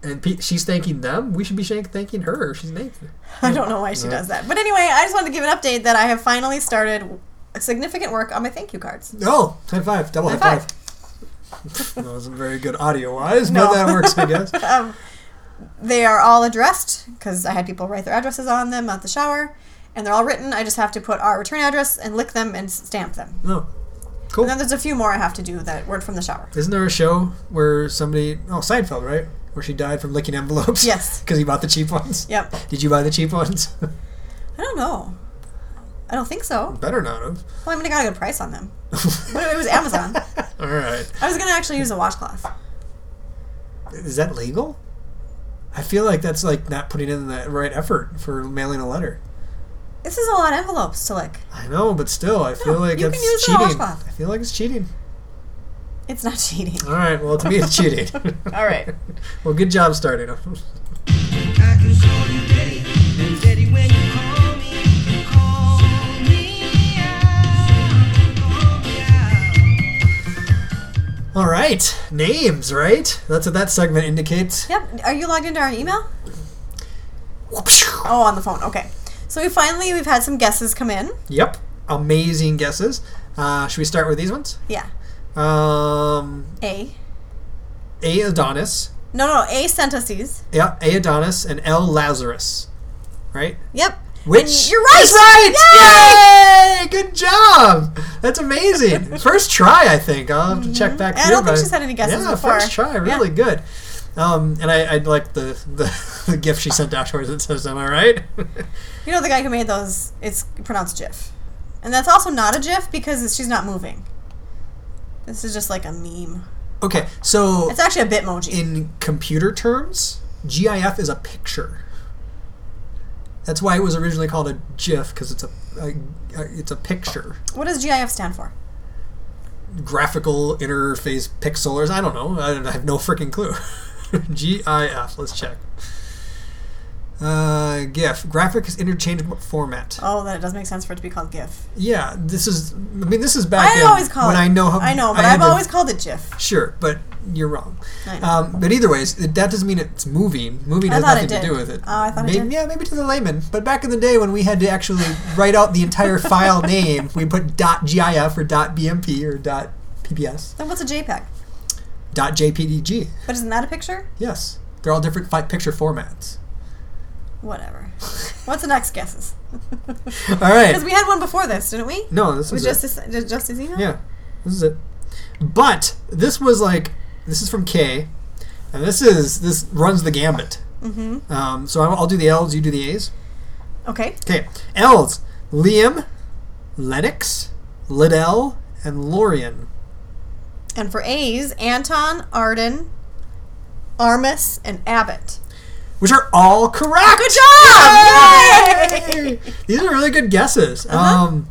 S2: And pe- she's thanking them. We should be shank- thanking her. She's naked.
S1: I don't know why she does that. But anyway, I just wanted to give an update that I have finally started significant work on my thank you cards.
S2: Oh, high five, double high,
S1: High
S2: five. that wasn't very good audio wise,
S1: No.
S2: but that works, I guess.
S1: *laughs* Um, they are all addressed because I had people write their addresses on them at the shower, and they're all written. I just have to put our return address and lick them and stamp them.
S2: No.
S1: And then there's a few more I have to do that weren't from the shower.
S2: Isn't there a show where somebody, oh, Seinfeld, right? Where she died from licking envelopes? *laughs*
S1: Yes.
S2: Because he bought the cheap ones?
S1: Yep.
S2: Did you buy the
S1: *laughs*
S2: cheap ones?
S1: I don't know. I don't think so.
S2: Better not have.
S1: Well, I mean, I got a good price on them. But it was Amazon.
S2: *laughs* All right.
S1: I was going to actually use a washcloth.
S2: Is that legal? I feel like that's like not putting in the right effort for mailing a letter.
S1: This is a lot of envelopes to lick.
S2: I know, but still, I feel
S1: No,
S2: like
S1: you can
S2: that's
S1: use the
S2: cheating.
S1: washcloth.
S2: I feel like it's cheating.
S1: It's not *laughs* cheating.
S2: All right. Well, to me, it's cheating.
S1: *laughs* All right.
S2: *laughs* well, good job starting.
S3: I can call you daddy, and daddy when you call me, you call me out, call me out.
S2: All right, names, right? That's what that segment indicates.
S1: Yep. Are you logged into our email?
S2: Yep.
S1: Oh, on the phone. Okay. So we finally we've had some guesses come in.
S2: Amazing guesses. Uh, should we start with these ones?
S1: Yeah.
S2: Um,
S1: A.
S2: A Adonis.
S1: No, no. A sent us these.
S2: Yeah, A Adonis and L Lazarus. Right?
S1: Yep.
S2: Which
S1: And you're right.
S2: Is right! Yay! Good job.
S1: *laughs*
S2: That's amazing. first try, I think. I'll have to check back.
S1: Mm-hmm. I
S2: through,
S1: don't think
S2: but-
S1: she's had any guesses
S2: Yeah,
S1: before.
S2: first try, really good. Um, and I, I like the, *laughs* the the gift she sent afterwards that says, "Am I right?" *laughs*
S1: You know the guy who made those? It's pronounced GIF, and that's also not a GIF because she's not moving. This is just like a meme.
S2: okay, so
S1: It's actually a Bitmoji.
S2: in computer terms, GIF is a picture. That's why it was originally called a GIF because it's a, a, a it's a picture,
S1: What does GIF stand for?
S2: graphical interface pixel or I don't know. I, don't- I have no freaking clue. *laughs* GIF. Let's check. Uh, GIF, graphics interchangeable format.
S1: Oh, then it does make sense for it to be called GIF.
S2: Yeah, this is. I mean, this is back.
S1: I
S2: in
S1: always call
S2: when
S1: it.
S2: I know how.
S1: I know, but
S2: had
S1: I've
S2: to-
S1: always called it GIF.
S2: Sure, but you're wrong.
S1: I know.
S2: Um, but either ways, it, that doesn't mean it's moving. Moving
S1: I
S2: has
S1: thought
S2: nothing
S1: it
S2: to
S1: did.
S2: do with it.
S1: Oh, I thought it
S2: maybe,
S1: did.
S2: Yeah, maybe to the layman. But back in the day when we had to actually write out the
S1: *laughs*
S2: entire file name, we put .gif or .bmp or .pps,
S1: Then what's a JPEG?
S2: .jpdg.
S1: But isn't that a picture?
S2: Yes, they're all different fi- picture formats. *coughs* *laughs*
S1: Whatever. What's the next guesses? *laughs*
S2: All
S1: Because
S2: right.
S1: we had one before this, didn't we?
S2: No, this
S1: It was
S2: was
S1: just
S2: it.
S1: this, just Justice email.
S2: Yeah, this is it. But this was like this is from K, and this is this runs the gambit.
S1: Mhm.
S2: Um, so I'll I'll do the L's, you do the A's.
S1: Okay.
S2: Okay, L's Liam, Lennox, Liddell, and Lorian.
S1: And for A's, Anton, Arden, Armis, and Abbott.
S2: Which are all correct.
S1: Good job!
S2: Yay! *laughs* These are really good guesses.
S1: Uh-huh.
S2: Um,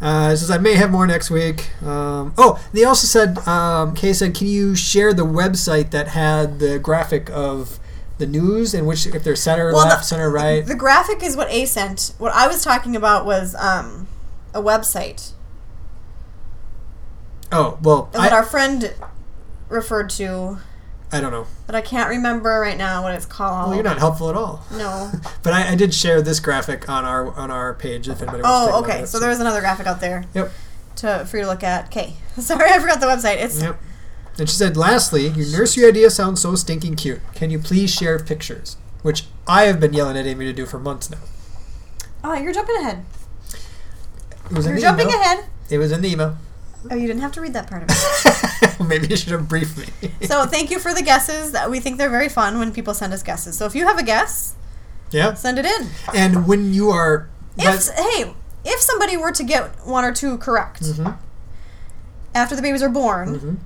S2: uh, it says I may have more next week. Um, oh, they also said um, Kay said, can you share the website that had the graphic of the news and which if they're center
S1: Well,
S2: left,
S1: the-
S2: center right?
S1: The graphic is what A sent. What I was talking about was um, a website
S2: oh well,
S1: that
S2: I,
S1: our friend referred to,
S2: I don't know.
S1: but I can't remember right now what it's called.
S2: Well, you're not helpful at all. *laughs*
S1: No.
S2: But I, I did share this graphic on our on our page if anybody. wants
S1: Oh,
S2: to take a look at
S1: okay.
S2: it.
S1: So there was another graphic out there
S2: Yep.
S1: to for you to look at. Okay. *laughs* Sorry, I forgot the website. It's
S2: Yep. And she said, lastly, your nursery idea sounds so stinking cute. Can you please share pictures? Which I have been yelling at Amy to do for months now.
S1: oh, you're jumping ahead.
S2: It was in
S1: You're
S2: the
S1: jumping
S2: email.
S1: ahead.
S2: It was in the email. *laughs*
S1: Oh, you didn't have to read that part of it.
S2: Maybe you should have briefed me. *laughs*
S1: so thank you for the guesses. That we think they're very fun when people send us guesses. So if you have a guess,
S2: yeah.
S1: send it in.
S2: And when you are.
S1: If hey, if somebody were to get one or two correct
S2: Mhm.
S1: after the babies are born,
S2: Mhm.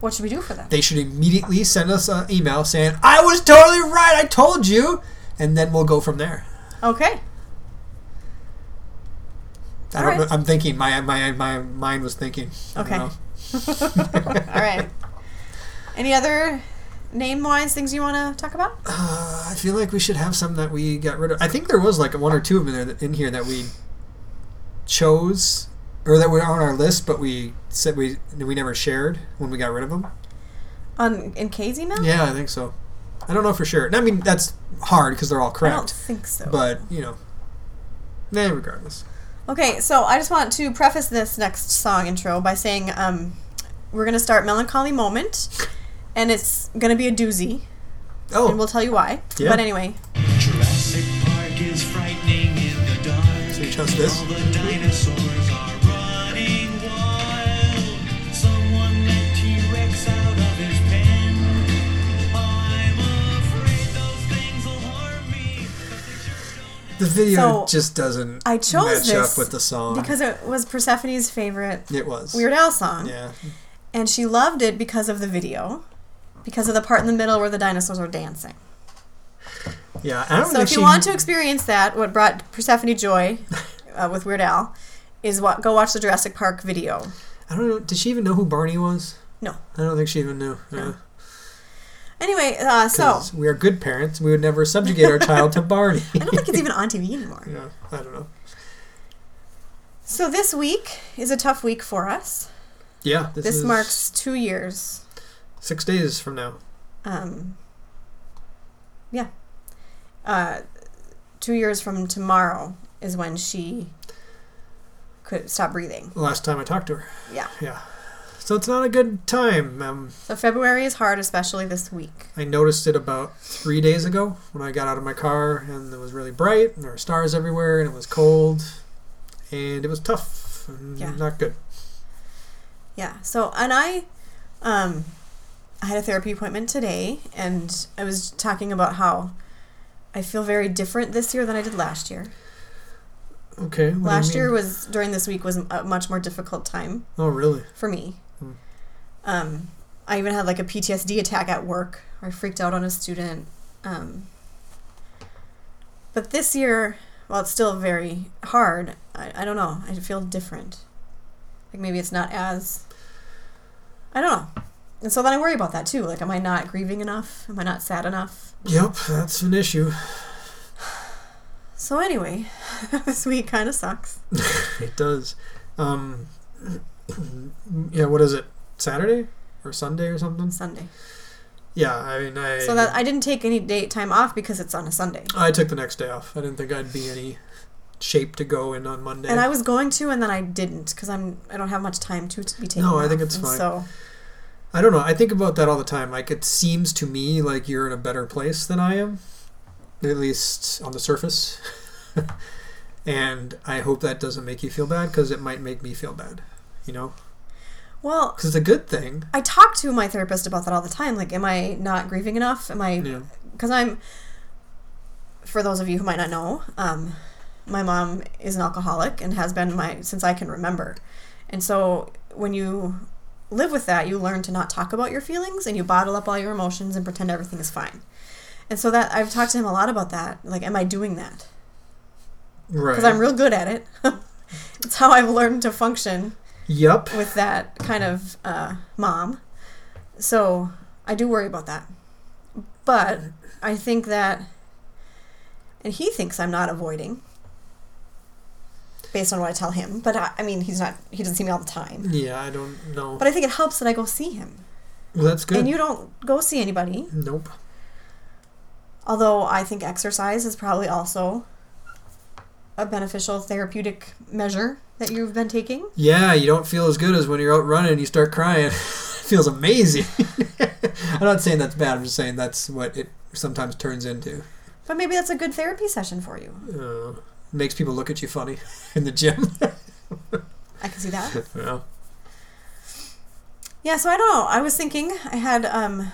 S1: what should we do for them?
S2: they should immediately send us an email saying, I was totally right, I told you. And then we'll go from there.
S1: Okay. *laughs*
S2: I
S1: All
S2: don't
S1: right.
S2: know. I'm thinking. My, my, my mind was thinking. I don't
S1: Okay.
S2: know.
S1: All right. Any other name-wise things you want to talk about?
S2: Uh, I feel like we should have some that we got rid of. I think there was like one or two of them in, there, in here that we chose or that were on our list, but we said we we never shared when we got rid of them.
S1: On in Kay's email?
S2: Yeah, I think so. I don't know for sure. I mean, that's hard because they're all
S1: I don't
S2: correct,
S1: think so.
S2: but you know, eh, regardless.
S1: Okay, so I just want to preface this next song intro by saying um, we're going to start Melancholy Moment, and it's going to be a doozy,
S2: Oh,
S1: and we'll tell you why.
S2: Yeah.
S1: But anyway,
S3: Jurassic Park is frightening in the dark.
S2: So you chose this?
S3: All the dinosaurs are running wild. Someone let T-Rex out of his pen. I'm afraid those things will harm me.
S2: the video
S1: so
S2: just doesn't
S1: I chose
S2: match
S1: this
S2: up with the song
S1: because it was Persephone's favorite
S2: it was
S1: Weird Al song,
S2: Yeah,
S1: and she loved it because of the video, because of the part in the middle where the dinosaurs are dancing.
S2: yeah. I don't
S1: So
S2: think
S1: if you
S2: she-
S1: want to experience that, what brought Persephone
S2: *laughs*
S1: joy uh, with Weird Al is what go watch the Jurassic Park video.
S2: I don't know. Did she even know who Barney was?
S1: No.
S2: I don't think she even knew. Yeah.
S1: Anyway, uh, so
S2: *laughs* 'Cause we are good parents. We would never subjugate our child to Barney.
S1: *laughs* I don't think it's even on TV anymore.
S2: *laughs* yeah, I don't know.
S1: So this week is a tough week for us.
S2: Yeah,
S1: This
S2: is
S1: marks two years.
S2: six days from now.
S1: Um, yeah, uh, two years from tomorrow is when she could stop breathing.
S2: The last time I talked to her.
S1: Yeah.
S2: Yeah. So it's not a good time. Um,
S1: So February is hard, especially this week.
S2: I noticed it about three days ago when I got out of my car and it was really bright and there were stars everywhere and it was cold and it was tough. And
S1: Yeah.
S2: Not good.
S1: Yeah. So and I, um, I had a therapy appointment today, and I was talking about how I feel very different this year than I did last year.
S2: Okay. What
S1: last
S2: do you
S1: year
S2: mean?
S1: was during this week was a much more difficult time.
S2: Oh, really?
S1: for me.
S2: Hmm.
S1: Um, I even had like a PTSD attack at work. I freaked out on a student. Um, but this year, while it's still very hard, I, I don't know. I feel different. Like maybe it's not as. I don't know. And so then I worry about that too. Like, am I not grieving enough? Am I not sad enough?
S2: Yep, that's an issue. *laughs*
S1: So anyway, *laughs* this week kind of sucks.
S2: It does. Um, *clears throat* yeah, what is it? Saturday or Sunday or something?
S1: Sunday.
S2: Yeah, I mean, I
S1: So that I didn't take any date time off because it's on a Sunday.
S2: I took the next day off. I didn't think I'd be any shape to go in on Monday.
S1: And I was going to, and then I didn't because I'm I don't have much time to, to be taken.
S2: No, I think
S1: off.
S2: it's
S1: And
S2: fine.
S1: So
S2: I don't know. I think about that all the time. Like it seems to me like you're in a better place than I am, at least on the surface. *laughs* and I hope that doesn't make you feel bad because it might make me feel bad. You know,
S1: well,
S2: because it's a good thing.
S1: I talk to my therapist about that all the time. Like, am I not grieving enough? Am I?
S2: Yeah.
S1: Because I'm. For those of you who might not know, um, my mom is an alcoholic and has been my since I can remember, and so when you live with that, you learn to not talk about your feelings and you bottle up all your emotions and pretend everything is fine. And so that I've talked to him a lot about that. Like, am I doing that?
S2: Right.
S1: Because I'm real good at it. *laughs* it's how I've learned to function
S2: yep.
S1: with that kind of uh, mom. So I do worry about that. But I think that, and he thinks I'm not avoiding based on what I tell him. But I, I mean, he's not, he doesn't see me all the time.
S2: Yeah, I don't know.
S1: But I think it helps that I go see him.
S2: well, that's good.
S1: And you don't go see anybody.
S2: nope.
S1: Although I think exercise is probably also a beneficial therapeutic measure that you've been taking.
S2: Yeah, you don't feel as good as when you're out running and you start crying. *laughs* Feels amazing. *laughs* I'm not saying that's bad. I'm just saying that's what it sometimes turns into.
S1: But maybe that's a good therapy session for you.
S2: Uh, makes people look at you funny *laughs* in the gym.
S1: I can see that.
S2: yeah.
S1: Yeah, so I don't know. I was thinking I had um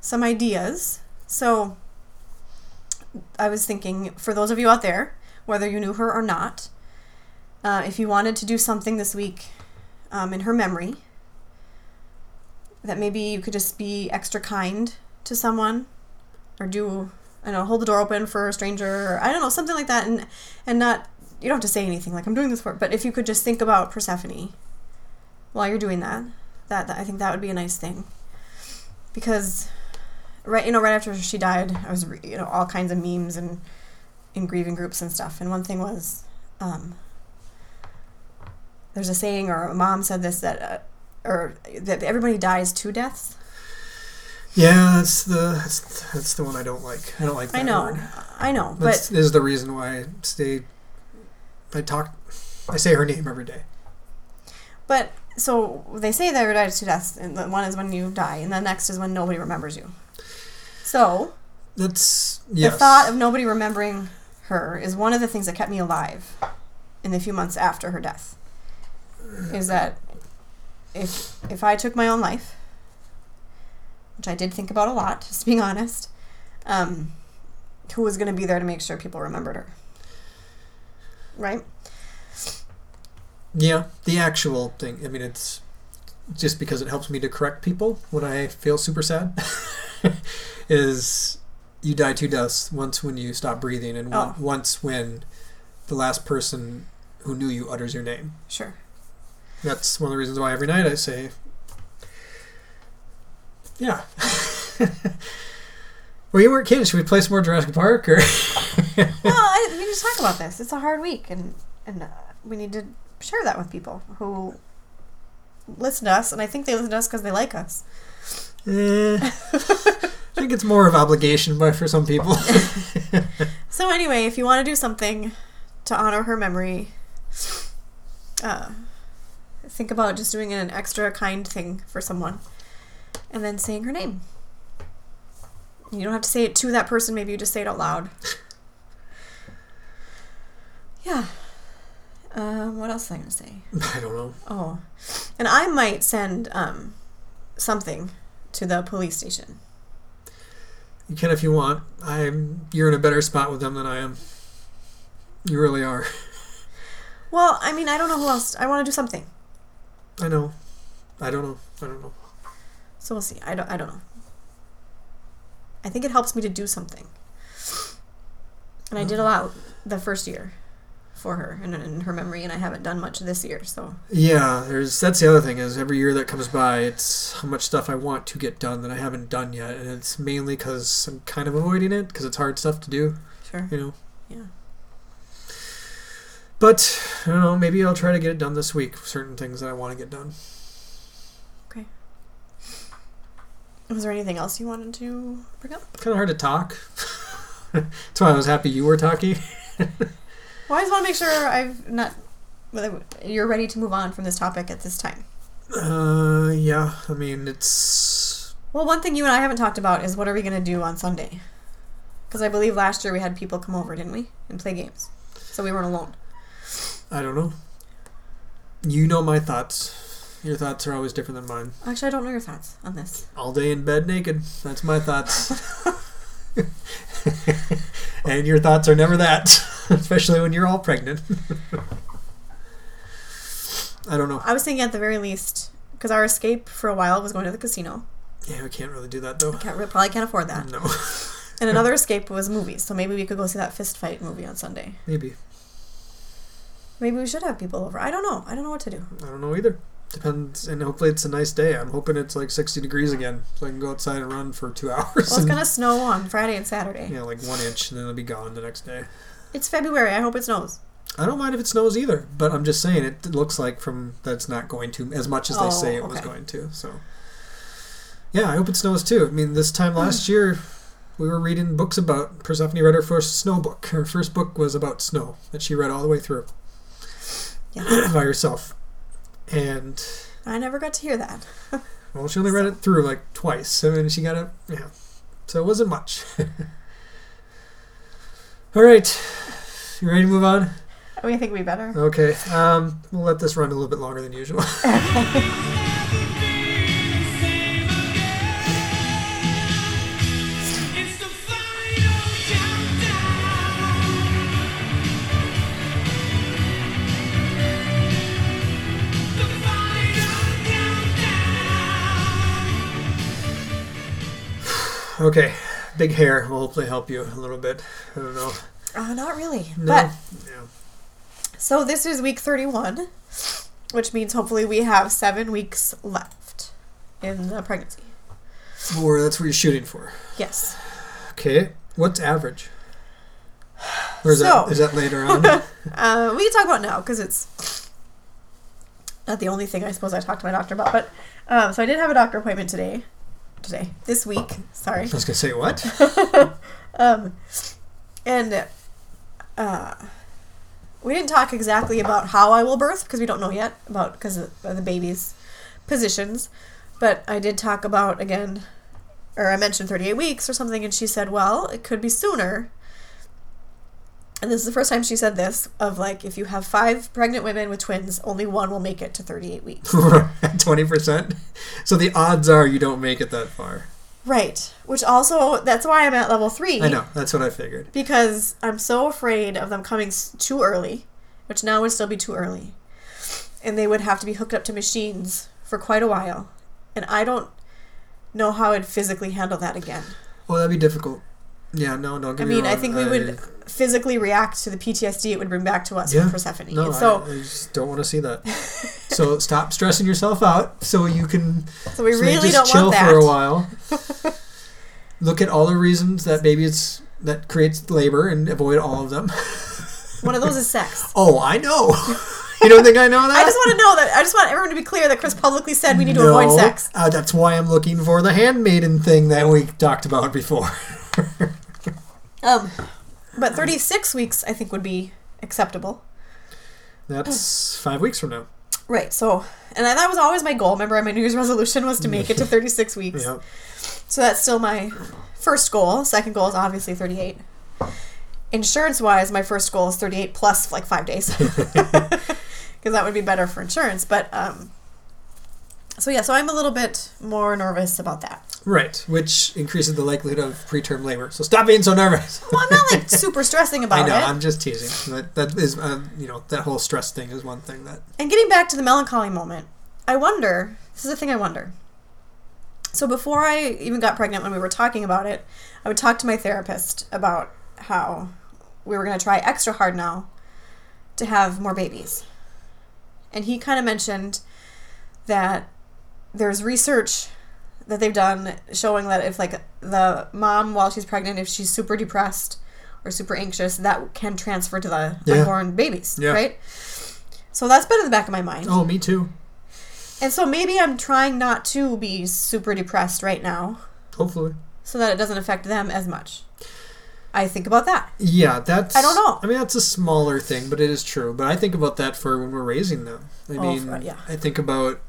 S1: some ideas. So I was thinking for those of you out there, whether you knew her or not, uh, if you wanted to do something this week um, in her memory, that maybe you could just be extra kind to someone, or do I don't know hold the door open for a stranger, or I don't know something like that, and and not you don't have to say anything like I'm doing this for, but if you could just think about Persephone while you're doing that, that, that I think that would be a nice thing because right you know right after she died, I was re- you know all kinds of memes and in grieving groups and stuff, and one thing was um, there's a saying or a mom said this that. Uh, or that everybody dies two deaths.
S2: Yeah, that's the that's, that's the one I don't like. I don't like. That
S1: I know,
S2: Word.
S1: I know,
S2: That's
S1: but
S2: this is the reason why I stay. I talk. I say her name every day.
S1: But so they say that everybody dies two deaths, and the one is when you die, and the next is when nobody remembers you. So
S2: That's yes.
S1: the thought of nobody remembering her is one of the things that kept me alive in the few months after her death. Is that if if I took my own life, which I did think about a lot, just being honest, um, who was going to be there to make sure people remembered her? Right.
S2: yeah, the actual thing. I mean, it's just because it helps me to correct people when I feel super sad. *laughs* is you die two deaths once when you stop breathing and one,
S1: Oh.
S2: once when the last person who knew you utters your name.
S1: Sure.
S2: That's one of the reasons why every night I say, "Yeah." *laughs* well, you weren't kidding. Should we play some more Jurassic Park? Or *laughs*
S1: no, I, we need to talk about this. It's a hard week, and and uh, we need to share that with people who listen to us. And I think they listen to us because they like us.
S2: Eh, I think it's more of obligation, but for some people, *laughs*
S1: So anyway, if you want to do something to honor her memory, uh, think about just doing an extra kind thing for someone, and then saying her name. You don't have to say it to that person. Maybe you just say it out loud. Yeah. Um, what else am I gonna say?
S2: I don't know.
S1: Oh, and I might send um, something to the police station.
S2: You can if you want. I'm. You're in a better spot with them than I am. You really are.
S1: Well, I mean, I don't know who else. I want to do something,
S2: I know. I don't know. I don't know.
S1: so we'll see. I don't. I don't know. I think it helps me to do something. And I did a lot the first year for her and in her memory, and I haven't done much this year. So
S2: Yeah, there's that's the other thing is every year that comes by, it's how much stuff I want to get done that I haven't done yet, and it's mainly because I'm kind of avoiding it because it's hard stuff to do,
S1: sure,
S2: you know.
S1: Yeah.
S2: But I don't know. Maybe I'll try to get it done this week. Certain things that I want to get done.
S1: was there anything else you wanted to bring up?
S2: Kind of hard to talk. *laughs* that's why I was happy you were talking.
S1: Well, I just want to make sure I've not. Whether you're ready to move on from this topic at this time.
S2: Uh, yeah. I mean, it's
S1: Well, one thing you and I haven't talked about is what are we going to do on Sunday? Because I believe last year we had people come over, didn't we, and play games, so we weren't alone.
S2: I don't know. You know my thoughts. Your thoughts are always different than mine.
S1: Actually, I don't know your thoughts on this.
S2: all day in bed naked. That's my thoughts. *laughs* and your thoughts are never that, *laughs* especially when you're all pregnant. *laughs* I don't know.
S1: I was thinking at the very least, because our escape for a while was going to the casino.
S2: Yeah, we can't really do that though.
S1: Can't re- probably can't afford that.
S2: No, *laughs*
S1: And another escape was movies, so maybe we could go see that fist fight movie on Sunday.
S2: maybe.
S1: Maybe we should have people over. I don't know. I don't know what to do.
S2: I don't know either. Depends, and hopefully it's a nice day. I'm hoping it's like 60 degrees again, so I can go outside and run for two *laughs* hours.
S1: Well, it's
S2: and-
S1: gonna snow on Friday and Saturday.
S2: yeah, like one inch, and then it'll be gone the next day.
S1: It's February. I hope it snows.
S2: I don't mind if it snows either, but I'm just saying it looks like from that's not going to as much as they
S1: Oh,
S2: say it was
S1: okay.
S2: going to. So, yeah, I hope it snows too. I mean, this time
S1: Hmm.
S2: last year, we were reading books about Persephone read her first snow book. Her first book was about snow that she read all the way through
S1: Yeah.
S2: by herself, and
S1: I never got to hear that.
S2: well, she only read it through like twice, and then she got it. Yeah, so it wasn't much. *laughs* all right, you ready to move on?
S1: I mean, I think we better.
S2: Okay, um, we'll let this run a little bit longer than usual. *laughs*
S3: It's the final countdown. The final countdown.
S2: Okay, big hair will hopefully help you a little bit. I don't know.
S1: Uh, not really.
S2: No.
S1: But
S2: Yeah.
S1: so this is week 31, which means hopefully we have seven weeks left in the pregnancy.
S2: Or that's what you're shooting for.
S1: Yes.
S2: Okay, what's average? Or is,
S1: So-
S2: that, is that
S1: *laughs*
S2: later on?
S1: Uh, we can talk about it now because it's not the only thing I suppose I talked to my doctor about. But um, so I did have a doctor appointment today, today this week. Sorry.
S2: I was gonna say what? *laughs*
S1: Um, and uh, we didn't talk exactly about how I will birth because we don't know yet about because of the baby's positions. But I did talk about again, or I mentioned 38 weeks or something, and she said, well, it could be sooner. And this is the first time she said this of like, if you have five pregnant women with twins, only one will make it to 38 weeks.
S2: Twenty percent. So the odds are you don't make it that far.
S1: Right. Which also, that's why I'm at level three.
S2: I know. That's what I figured.
S1: because I'm so afraid of them coming s- too early, which now would still be too early, and they would have to be hooked up to machines for quite a while, and I don't know how I'd physically handle that again.
S2: Well, that'd be difficult. Yeah. No. Don't.
S1: I
S2: Get me
S1: mean, I
S2: wrong,
S1: think we would physically react to the PTSD it would bring back to us
S2: Yeah.
S1: from Persephone.
S2: No,
S1: and so,
S2: I, I just don't want to
S1: *laughs*
S2: see that. so stop stressing yourself out, so you can
S1: so we
S2: So they
S1: really
S2: just
S1: don't
S2: chill
S1: want that.
S2: for a while.
S1: *laughs*
S2: Look at all the reasons that maybe it's that creates labor and avoid all of them. *laughs*
S1: One of those is sex.
S2: Oh, I know. *laughs* you don't think I know that?
S1: I just want to know that. I just want everyone to be clear that Chris publicly said we need to
S2: No.
S1: avoid sex.
S2: Uh, that's why I'm looking for the handmaiden thing that we talked about before. *laughs*
S1: Um, but 36 weeks I think would be acceptable.
S2: That's five weeks from now.
S1: Right. So, and I, that was always my goal. Remember, my New Year's resolution was to make
S2: *laughs*
S1: it to 36 weeks.
S2: Yeah.
S1: So that's still my first goal. Second goal is obviously 38. Insurance wise, my first goal is 38 plus like five
S2: *laughs*
S1: days. *laughs* Because that would be better for insurance. But, um, so yeah, so I'm a little bit more nervous about that.
S2: Right. Which increases the likelihood of preterm labor. So stop being so nervous. *laughs*
S1: Well, I'm not like super stressing
S2: I
S1: about
S2: know.
S1: it.
S2: I'm just teasing. That, that is, um, you know, that whole stress thing is one thing that.
S1: And getting back to the melancholy moment, I wonder this is a thing I wonder. So before I even got pregnant, when we were talking about it, I would talk to my therapist about how we were going to try extra hard now to have more babies. And he kind of mentioned that there's research that they've done showing that if like the mom while she's pregnant if she's super depressed or super anxious that can transfer to the
S2: Yeah.
S1: unborn babies
S2: Yeah.
S1: right so that's been in the back of my mind
S2: Oh, me too.
S1: and so maybe i'm trying not to be super depressed right now
S2: Hopefully.
S1: so that it doesn't affect them as much i think about that
S2: Yeah, that's.
S1: I don't know.
S2: I mean, that's a smaller thing, but it is true. But I think about that for when we're raising them. I
S1: Oh,
S2: mean,
S1: for- yeah.
S2: I think about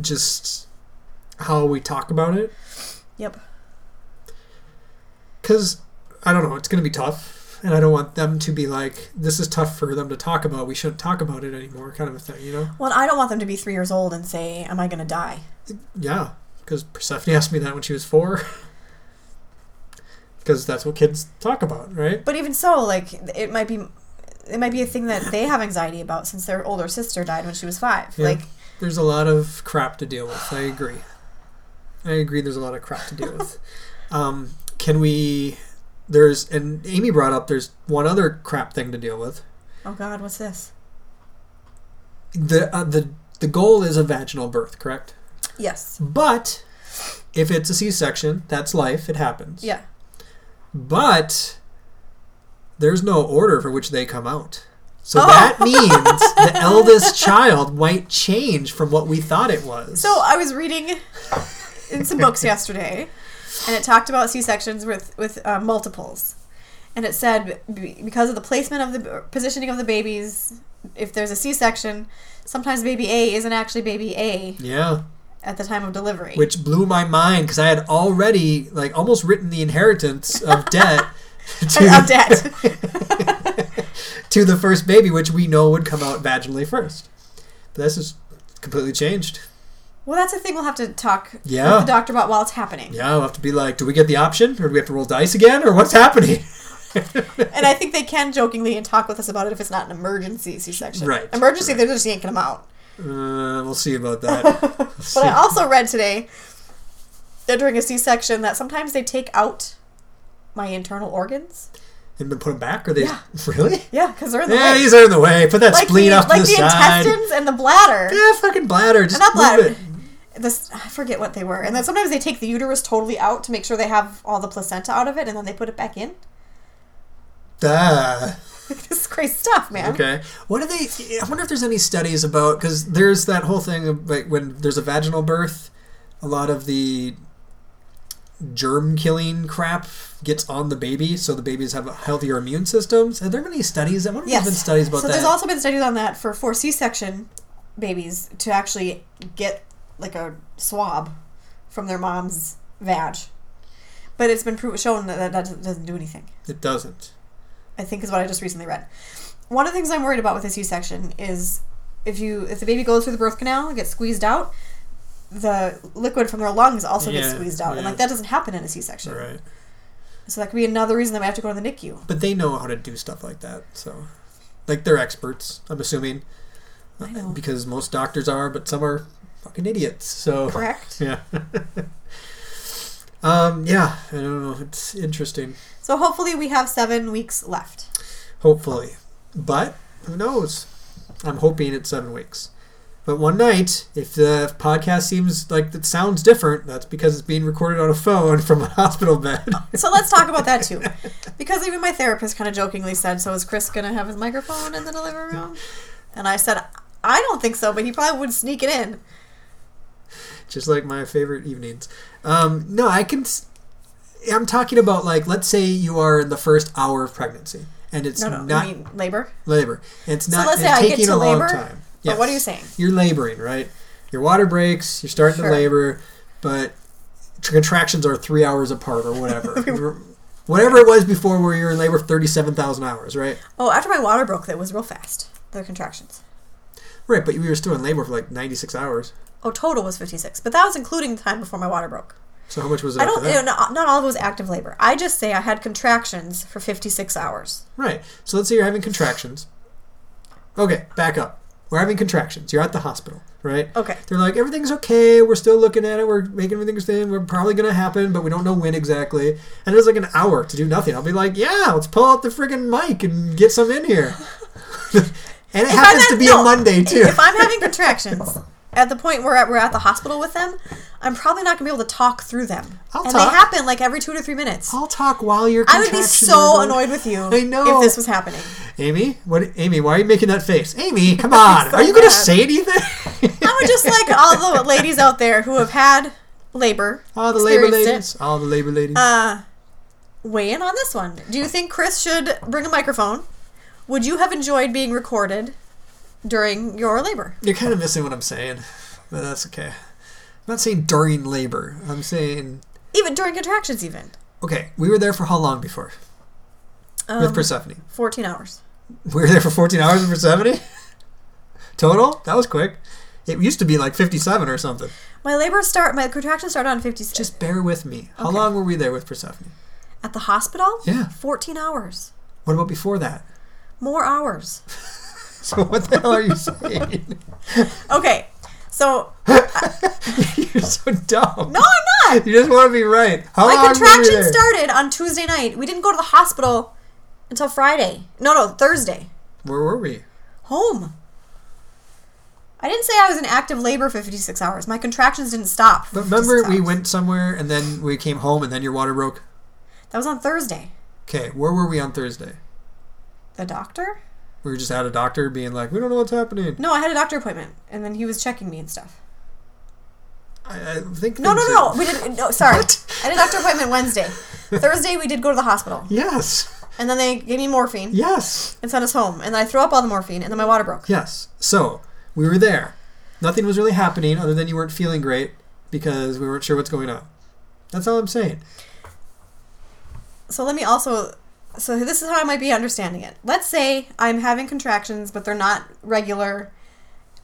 S2: just how we talk about it.
S1: yep
S2: because I don't know, it's going to be tough, and I don't want them to be like, this is tough for them to talk about. We shouldn't talk about it anymore, kind of a thing, you know?
S1: well i don't want them to be three years old and say am i going to die
S2: Yeah, because Persephone asked me that when she was four. *laughs* Because that's what kids talk about, right?
S1: but even so like it might be it might be a thing that they have anxiety about since their older sister died when she was five
S2: Yeah.
S1: like
S2: There's a lot of crap to deal with. I agree. I agree. There's a lot of crap to deal
S1: *laughs*
S2: with. um, can we? There's and Amy brought up. There's one other crap thing to deal with.
S1: oh god what's this
S2: The uh, the the goal is a vaginal birth, correct?
S1: yes
S2: But if it's a C-section, that's life. It happens.
S1: yeah
S2: But there's no order for which they come out. So
S1: Oh. *laughs*
S2: that means the eldest child might change from what we thought it was.
S1: So uh, I was reading in some
S2: *laughs*
S1: books yesterday, and it talked about C sections with with uh, multiples, and it said be- because of the placement of the positioning of the babies, if there's a C section, sometimes baby A isn't actually baby A
S2: yeah,
S1: at the time of delivery.
S2: which blew my mind because I had already like almost written the inheritance
S1: *laughs*
S2: of debt to
S1: of debt.
S2: *laughs*
S1: *laughs*
S2: to the first baby, which we know would come out vaginally first. But this is completely changed.
S1: well, that's a thing we'll have to talk
S2: Yeah.
S1: with the doctor about while it's happening.
S2: Yeah, we'll have to be like, do we get the option, or do we have to roll dice again, or what's happening? *laughs*
S1: And I think they can jokingly and talk with us about it if it's not an emergency C section.
S2: Right,
S1: Emergency, they're just yanking them out.
S2: Uh, we'll see
S1: *laughs*
S2: about that.
S1: But I also read today that during a C section that sometimes they take out my internal organs.
S2: and then put them back? Are they
S1: Yeah.
S2: *laughs* really?
S1: Yeah, because they're in the
S2: Yeah,
S1: way.
S2: these are in the way. Put that
S1: like
S2: spleen
S1: the,
S2: off to
S1: like
S2: the,
S1: the
S2: side.
S1: intestines and the bladder.
S2: Yeah, fucking bladder. Just
S1: Not
S2: move
S1: bladder.
S2: it.
S1: This I forget what they were. And then sometimes they take the uterus totally out to make sure they have all the placenta out of it, and then they put it back in. *laughs*
S2: Ah,
S1: this is crazy stuff, man.
S2: okay. What are they? I wonder if there's any studies about because there's that whole thing of like when there's a vaginal birth, a lot of the germ killing crap gets on the baby, so the babies have healthier immune systems. Have there been any studies? I wonder if
S1: Yes.
S2: there's been studies about
S1: so
S2: that.
S1: there's also been studies on that for for C-section babies to actually get like a swab from their mom's vag, but it's been proven shown that that doesn't- doesn't do anything.
S2: it doesn't.
S1: I think is what I just recently read. One of the things I'm worried about with a C-section is if you if the baby goes through the birth canal and gets squeezed out, the liquid from their lungs also gets
S2: Yeah,
S1: squeezed out, and
S2: yeah.
S1: like that doesn't happen in a C-section.
S2: Right.
S1: So that could be another reason that we have to go to the NICU.
S2: But they know how to do stuff like that, so like they're experts. I'm assuming
S1: I know.
S2: because most doctors are, but some are fucking idiots. So *laughs*
S1: Correct.
S2: yeah, um, yeah. I don't know. It's interesting.
S1: So hopefully we have seven weeks left.
S2: Hopefully, but who knows? I'm hoping it's seven weeks. But one night, if the podcast seems like it sounds different, that's because it's being recorded on a phone *laughs* from a hospital bed. *laughs*
S1: So let's talk about that too, because even my therapist kind of jokingly said, "So is Chris gonna have his microphone in the delivery room?" And I said, "I don't think so, but he probably would sneak it in."
S2: just like my favorite evenings. Um, no, I can. s- I'm talking about like, let's say you are in the first hour of pregnancy, and it's
S1: No, no,
S2: not
S1: I mean labor.
S2: labor. It's not
S1: let's say
S2: it's
S1: I get
S2: taking
S1: to
S2: a long
S1: labor,
S2: time.
S1: but what are you saying?
S2: You're laboring, right? Your water breaks. You're starting
S1: Sure.
S2: to labor, but tr- contractions are three hours apart
S1: *laughs*
S2: or whatever. whatever it was before, where you're in labor for thirty-seven thousand hours, right?
S1: Oh, after my water broke, that was real fast. The contractions.
S2: Right, but you were still in labor for like ninety-six hours.
S1: Oh, total was 56, but that was including the time before my water broke.
S2: So how much was it?
S1: I
S2: after
S1: don't,
S2: that?
S1: you know, not, not all of it was active labor. I just say I had contractions for 56 hours.
S2: Right. So let's say you're having contractions. Okay, back up. We're having contractions. You're at the hospital, right?
S1: Okay.
S2: They're like, everything's okay. We're still looking at it. We're making everything thing. We're probably going to happen, but we don't know when exactly. And it's like an hour to do nothing. I'll be like, yeah, let's pull out the friggin' mic and get some
S1: *laughs*
S2: in here. and it happens
S1: I'm
S2: to
S1: at-
S2: be
S1: no,
S2: a Monday, too.
S1: If I'm having contractions at the point where we're at the hospital with them, I'm probably not gonna be able to talk through them.
S2: I'll
S1: and
S2: talk.
S1: they happen like every two to three minutes.
S2: I'll talk while you're
S1: I would be so annoyed with you
S2: I know.
S1: if this was happening.
S2: Amy, what? Amy, why are you making that face?
S1: *laughs*
S2: Amy, come on. are you going to
S1: mad.
S2: say anything?
S1: I would just like all the ladies out there who have had labor.
S2: *laughs* all the labor
S1: experienced it,
S2: ladies. All the labor ladies.
S1: Uh, weigh in on this one. Do you think Chris should bring a microphone? Would you have enjoyed being recorded during your labor?
S2: You're kind of missing what I'm saying, but that's okay. I'm not saying during labor. I'm saying
S1: Even during contractions, even
S2: okay. We were there for how long before with
S1: um,
S2: Persephone?
S1: fourteen hours.
S2: We were there for 14 hours with Persephone total. That was quick. It used to be like 57 or something.
S1: My labor start. My contractions started on fifty six.
S2: Just bear with me. How
S1: Okay.
S2: long were we there with Persephone?
S1: At the hospital?
S2: Yeah.
S1: 14 hours.
S2: What about before that? *laughs*
S1: More hours.
S2: So what the hell are you saying? *laughs*
S1: Okay. So,
S2: You're so dumb.
S1: no, I'm not.
S2: You just want to be right. How
S1: My
S2: long were we
S1: contraction
S2: there?
S1: started on Tuesday night. We didn't go to the hospital until Friday. No, no, Thursday.
S2: Where were we?
S1: Home. I didn't say I was in active labor for 56 hours. My contractions didn't stop. for
S2: But remember,
S1: 56
S2: we
S1: hours.
S2: went somewhere and then we came home and then your water broke.
S1: That was on Thursday.
S2: Okay, where were we on Thursday?
S1: The doctor?
S2: We were just at a doctor being like, we don't know what's happening.
S1: No, I had a doctor appointment, and then he was checking me and stuff.
S2: I, I think.
S1: No, no,
S2: things
S1: no.
S2: are-
S1: We didn't. No,
S2: *laughs*
S1: sorry. I had a doctor appointment Wednesday. Thursday, we did go to the hospital,
S2: Yes,
S1: and then they gave me morphine.
S2: yes,
S1: and sent us home. And then I threw up all the morphine, and then my water broke.
S2: yes. So we were there. Nothing was really happening other than you weren't feeling great because we weren't sure what's going on. That's all I'm saying.
S1: So let me also. So this is how I might be understanding it. Let's say I'm having contractions, but they're not regular,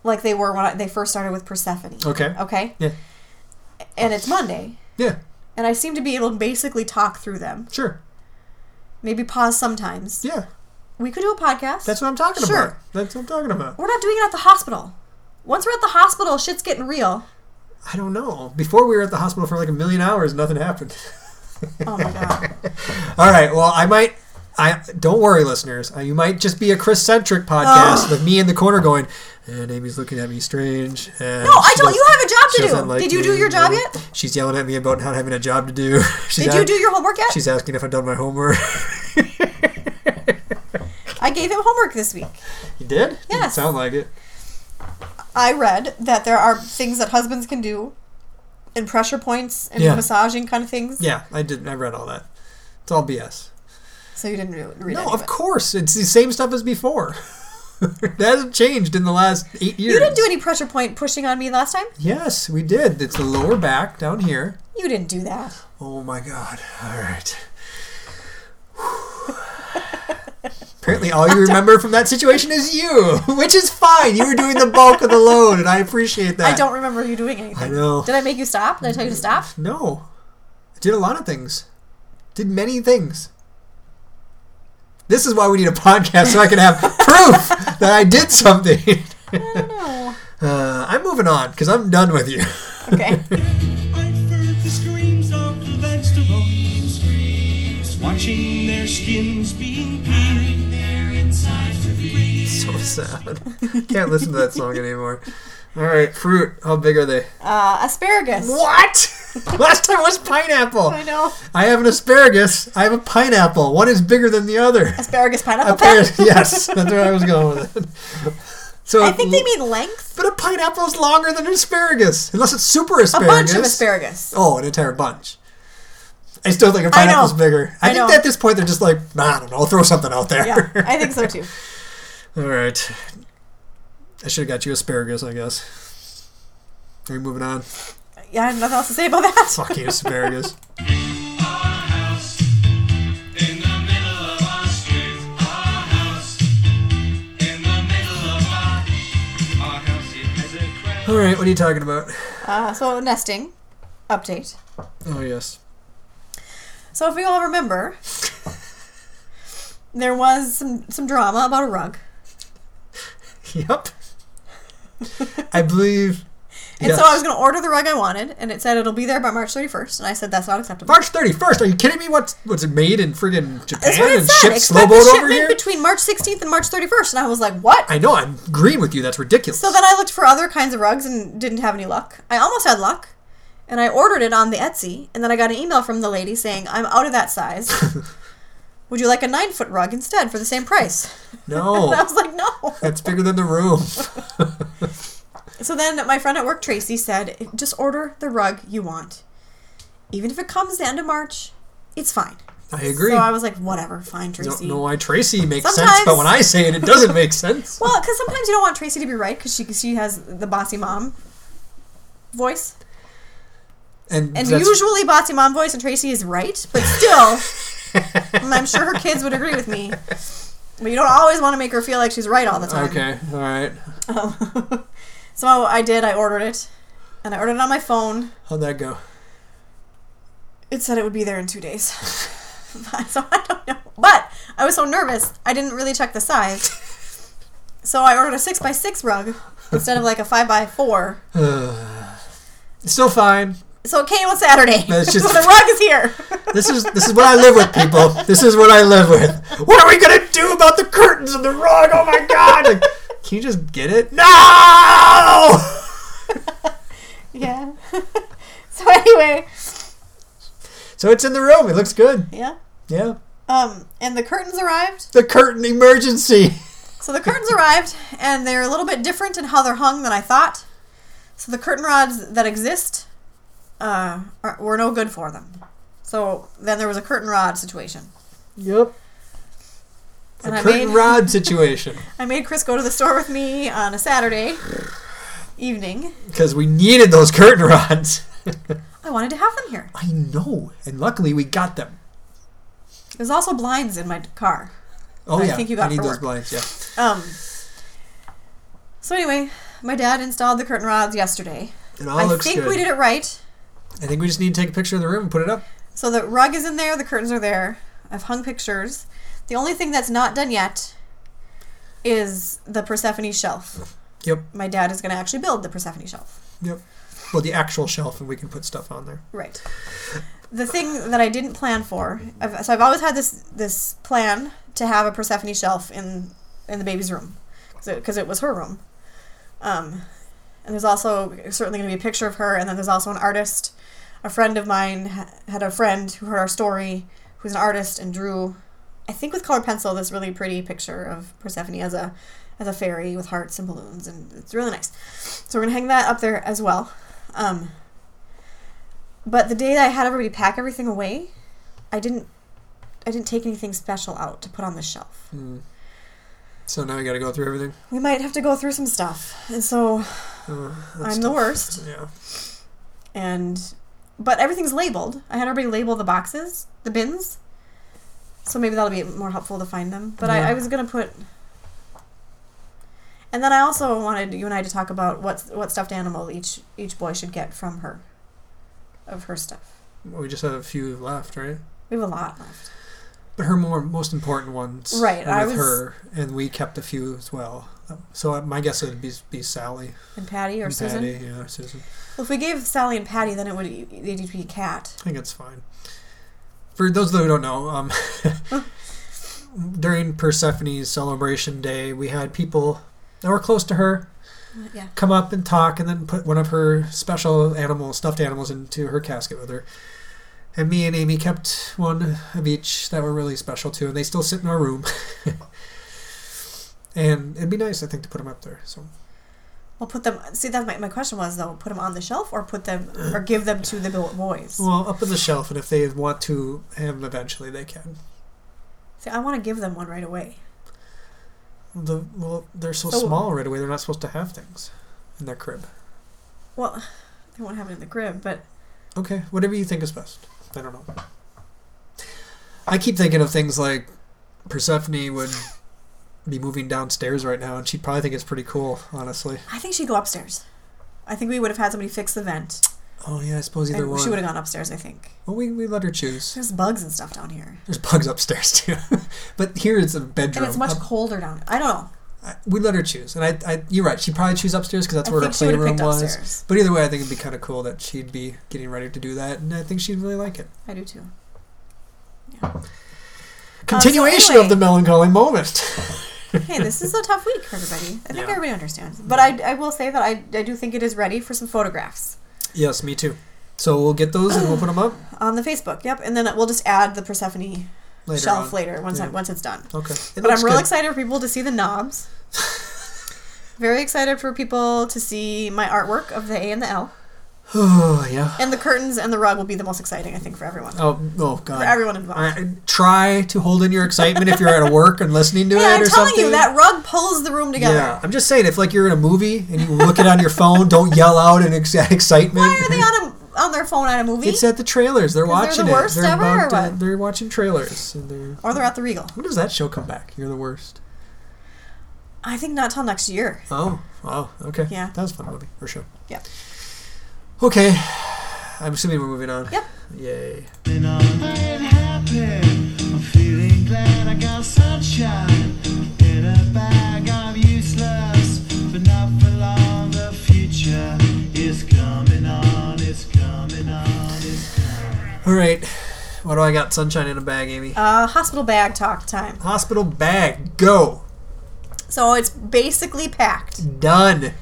S1: like they were when I, they first started with Persephone.
S2: Okay.
S1: Okay.
S2: Yeah.
S1: And it's Monday,
S2: Yeah.
S1: and I seem to be able to basically talk through them.
S2: Sure.
S1: Maybe pause sometimes.
S2: Yeah.
S1: We could do a podcast.
S2: That's what I'm talking
S1: Sure.
S2: about. That's what I'm talking about.
S1: we're not doing it at the hospital. Once we're at the hospital, shit's getting real.
S2: I don't know. Before we were at the hospital for like a million hours, nothing happened. *laughs*
S1: Oh my god.
S2: All right. Well, I might. I don't worry, listeners. Uh, You might just be a Chris-centric podcast with me in the corner going, and Amy's looking at me strange. And
S1: No, I
S2: she
S1: don't.
S2: does-
S1: You have a
S2: she
S1: job to
S2: doesn't
S1: do.
S2: like
S1: Did you
S2: me,
S1: do your job
S2: and
S1: yet?
S2: She's yelling at me about not having a job to do. *laughs* She's
S1: Did you
S2: a-
S1: do your homework yet?
S2: She's asking if I've done my homework. *laughs*
S1: I gave him homework this week.
S2: you did? Didn't
S1: Yes.
S2: sound like it.
S1: I read that there are things that husbands can do and pressure points and
S2: Yeah.
S1: massaging kind of things.
S2: Yeah, I did. I read all that. It's all BS.
S1: So you didn't re- read
S2: No,
S1: any
S2: of
S1: it.
S2: course, it's the same stuff as before. *laughs* that hasn't changed in the last eight years.
S1: You didn't do any pressure point pushing on me last time.
S2: Yes, we did. It's the lower back down here.
S1: You didn't do that.
S2: Oh my god. All right.
S1: *laughs*
S2: Apparently, all you remember from that situation is you, *laughs* which is fine. You were doing the bulk of the load, and I appreciate that.
S1: I don't remember you doing anything.
S2: I know.
S1: Did I make you stop? Did I tell you to
S2: *laughs*
S1: stop?
S2: No. I did a lot of things. Did many things. This is why we need a podcast so I can have
S1: *laughs*
S2: proof that I did something. *laughs*
S1: I don't know.
S2: Uh, I'm moving on because I'm done with you. *laughs*
S1: Okay.
S3: I've heard the screams of the vegetables, watching their skins being peeled. Their insides are being
S2: so sad. Can't listen to that song anymore. All right, fruit. How big are they?
S1: Uh, asparagus. *laughs*
S2: What? Last time was pineapple.
S1: I know.
S2: I have an asparagus. I have a pineapple. One is bigger than the other.
S1: Asparagus pineapple
S2: *laughs*
S1: *laughs*
S2: Apparently,
S1: pet.
S2: yes, that's where I was going with it. *laughs* So
S1: I think they mean length.
S2: But a pineapple is longer than an asparagus, unless it's super
S1: A
S2: asparagus.
S1: bunch of asparagus.
S2: Oh, an entire bunch. I still think a
S1: I know.
S2: pineapple's bigger. I,
S1: I
S2: think
S1: know.
S2: at this point they're just like, nah, I don't know, I'll throw something out there.
S1: Yeah, I think so too.
S2: *laughs* All right. I should have got you asparagus, I guess. Are you moving on?
S1: Yeah, I have nothing else to say about that.
S2: Fuck
S1: *laughs*
S2: you, asparagus. All right, what are you talking about?
S1: Uh, so nesting update. *laughs*
S2: Oh, yes.
S1: So if we all remember, there was some, some drama about a rug.
S2: Yep. I believe.
S1: And so I was going to order the rug I wanted, and it said it'll be there by March 31st. And I said, that's not acceptable.
S2: March 31st. Are you kidding me? What's what's it made in friggin' Japan
S1: That's what it
S2: and
S1: said.
S2: shipped slow
S1: Expect
S2: boat over
S1: shipment
S2: here?
S1: between March 16th and March 31st. And I was like, what?
S2: I know. I'm agreeing with you. That's ridiculous.
S1: So then I looked for other kinds of rugs and didn't have any luck. I almost had luck. And I ordered it on the Etsy, and then I got an email from the lady saying, I'm out of that
S2: *laughs*
S1: size. Would you like a nine foot rug instead for the same price? *laughs* And I
S2: no,
S1: was like, no.
S2: that's bigger than
S1: *laughs*
S2: the room. *laughs*
S1: So then my friend at work, Tracy, said, just order the rug you want. Even if it comes the end of March, it's fine.
S2: I agree.
S1: So I was like, whatever, fine,
S2: don't
S1: Tracy.
S2: know why Tracy makes sense,
S1: Sometimes-
S2: but when I say it, it doesn't
S1: *laughs*
S2: make sense.
S1: Well, because sometimes you don't want Tracy to be right because she, she has the bossy mom voice.
S2: and
S1: And
S2: that's-
S1: usually bossy mom voice and Tracy is right, but still, I'm sure her kids would agree with me. But you don't always want to make her feel like she's right all the time.
S2: Okay, all right.
S1: Um, *laughs* so I did. I ordered it, and I ordered it on my phone.
S2: How'd that go? *sighs*
S1: It said it would be there in two days. *laughs* so I don't know. But I was so nervous, I didn't really check the size. so I ordered a six by six rug instead of like a five by four.
S2: Still fine.
S1: So it came on Saturday.
S2: That's
S1: *laughs*
S2: just-
S1: so the rug is here.
S2: *laughs* This is this is what I live with, people. This is what I live with. What are we gonna do about the curtains and the rug? Oh my god! Like, can you just get it? No!
S1: yeah. *laughs* so anyway,
S2: So it's in the room. It looks good.
S1: yeah.
S2: Yeah.
S1: Um, and the curtains arrived.
S2: The curtain emergency.
S1: So the curtains arrived, and they're a little bit different in how they're hung than I thought. So the curtain rods that exist uh, are, were no good for them. So then there was a curtain rod situation.
S2: Yep.
S1: And
S2: a
S1: I
S2: curtain
S1: made,
S2: rod situation
S1: I made Chris go to the store with me on a Saturday evening.
S2: because we needed those curtain
S1: *laughs*
S2: rods.
S1: I wanted to have them here.
S2: I know, and luckily we got them.
S1: There's also blinds in my car.
S2: Oh
S1: I
S2: yeah,
S1: think you got
S2: I need
S1: for
S2: those
S1: work.
S2: blinds. Yeah.
S1: Um, so anyway, my dad installed the curtain rods yesterday.
S2: It all
S1: I
S2: looks
S1: think
S2: good.
S1: we did it right.
S2: I think we just need to take a picture of the room and put it up.
S1: So the rug is in there, the curtains are there. I've hung pictures. The only thing that's not done yet is the Persephone shelf.
S2: Yep.
S1: My dad is going to actually build the Persephone shelf.
S2: Yep. Well, the actual shelf, and we can put stuff on there.
S1: Right. The thing that I didn't plan for, I've, so I've always had this this plan to have a Persephone shelf in in the baby's room because it, was her room. Um, and there's also certainly going to be a picture of her, and then there's also an artist. A friend of mine ha- had a friend who heard our story, who's an artist and drew, I think with colored pencil, this really pretty picture of Persephone as a as a fairy with hearts and balloons, and it's really nice. So we're gonna hang that up there as well. Um, but the day that I had everybody pack everything away, I didn't I didn't take anything special out to put on the shelf
S2: Hmm. So now we got to go through everything.
S1: we might have to go through some stuff. And so
S2: Uh, that's
S1: I'm the
S2: tough.
S1: worst.
S2: Yeah.
S1: And but everything's labeled. I had everybody label the boxes, the bins. So maybe that'll be more helpful to find them. But
S2: Yeah.
S1: I, I was gonna put and then I also wanted you and I to talk about what what stuffed animal each each boy should get from her, of her stuff.
S2: We just have a few left, right?
S1: We have a lot left.
S2: But her more most important ones,
S1: Right,
S2: Were
S1: I
S2: with
S1: was-
S2: her, and we kept a few as well. Um, So my guess would be, be Sally
S1: And Patty or
S2: and
S1: Susan.
S2: Patty. Yeah, Susan.
S1: Well, if we gave Sally and Patty, then it would e- they'd be a cat.
S2: I think it's fine. For those who don't know, um, *laughs* during Persephone's celebration day, we had people that were close to her
S1: Yeah.
S2: come up and talk, and then put one of her special animal, stuffed animals, into her casket with her. And me and Amy kept one of each that were really special too, and they still sit in our room. *laughs* and it'd be nice, I think, to put them up there. So
S1: Well, put them. See, that's my, my question was though: put them on the shelf, or put them, or give them to the bo- boys.
S2: Well, up on the shelf, and if they want to have them eventually, they can.
S1: See, I want to give them one right away.
S2: The well, they're so,
S1: So-
S2: small right away. They're not supposed to have things in their crib.
S1: Well, they won't have it in the crib, but
S2: Okay, whatever you think is best. I don't know. I keep thinking of things like Persephone would be moving downstairs right now, and she'd probably think it's pretty cool, honestly.
S1: I think she'd go upstairs. I think we would have had somebody fix the vent,
S2: Oh yeah, I suppose either
S1: and
S2: one.
S1: she would have gone upstairs. I think
S2: well, we, we let her choose.
S1: there's bugs and stuff down here,
S2: There's bugs upstairs too, *laughs* but here it's a bedroom.
S1: and it's much
S2: Up-
S1: colder down. I don't know.
S2: I, we let her choose, and I, I you're right. She probably choose upstairs because that's
S1: I
S2: where her
S1: think she would've
S2: playroom
S1: picked
S2: was.
S1: upstairs.
S2: But either way, I think it'd be kind of cool that she'd be getting ready to do that, and I think she'd really like it.
S1: I do too.
S2: Continuation
S1: anyway-
S2: of the melancholy moment. *laughs*
S1: Hey, this is a tough week for everybody. I think
S2: Yeah.
S1: everybody understands. But I, I will say that I, I do think it is ready for some photographs
S2: yes, me too. So we'll get those and we'll put them up
S1: on the Facebook. Yep, and then we'll just add the Persephone
S2: later.
S1: shelf
S2: on.
S1: later once I-
S2: Yeah.
S1: once it's done.
S2: Okay. It
S1: But
S2: looks
S1: I'm real
S2: good.
S1: excited for people to see the
S2: *laughs*
S1: knobs. Very excited for people to see my artwork of the A and the L.
S2: Oh yeah.
S1: And the curtains and the rug will be the most exciting, I think, for everyone.
S2: Oh oh
S1: For
S2: god.
S1: everyone involved.
S2: I, try to hold in your excitement if you're at work and
S1: *laughs*
S2: listening to
S1: Hey,
S2: it
S1: I'm
S2: or
S1: telling
S2: something.
S1: you, that rug pulls the room together.
S2: Yeah, I'm just saying, if like you're in a movie and you look it on your phone, don't yell out in ex- *laughs* excitement.
S1: Why are they on a, on their phone at a movie?
S2: It's at the trailers. They're
S1: they're
S2: watching
S1: the worst
S2: it. They're
S1: ever,
S2: about
S1: or
S2: to-
S1: what?
S2: they're watching trailers. And they're,
S1: or they're at the Regal.
S2: when does that show come back? You're the worst.
S1: I think not till next year.
S2: Oh, oh, okay.
S1: Yeah.
S2: that was a fun movie or show.
S1: Yep.
S2: Okay, I'm assuming we're moving on.
S1: Yep.
S2: Yay.
S3: And I'm happy. I'm feeling glad I got sunshine. In a bag, I'm useless, but not for long. The future is coming on, it's coming on, it's
S2: All right. What do I got? Sunshine in a bag, Amy.
S1: Uh, hospital bag talk time.
S2: Hospital bag. Go.
S1: So it's basically packed.
S2: Done.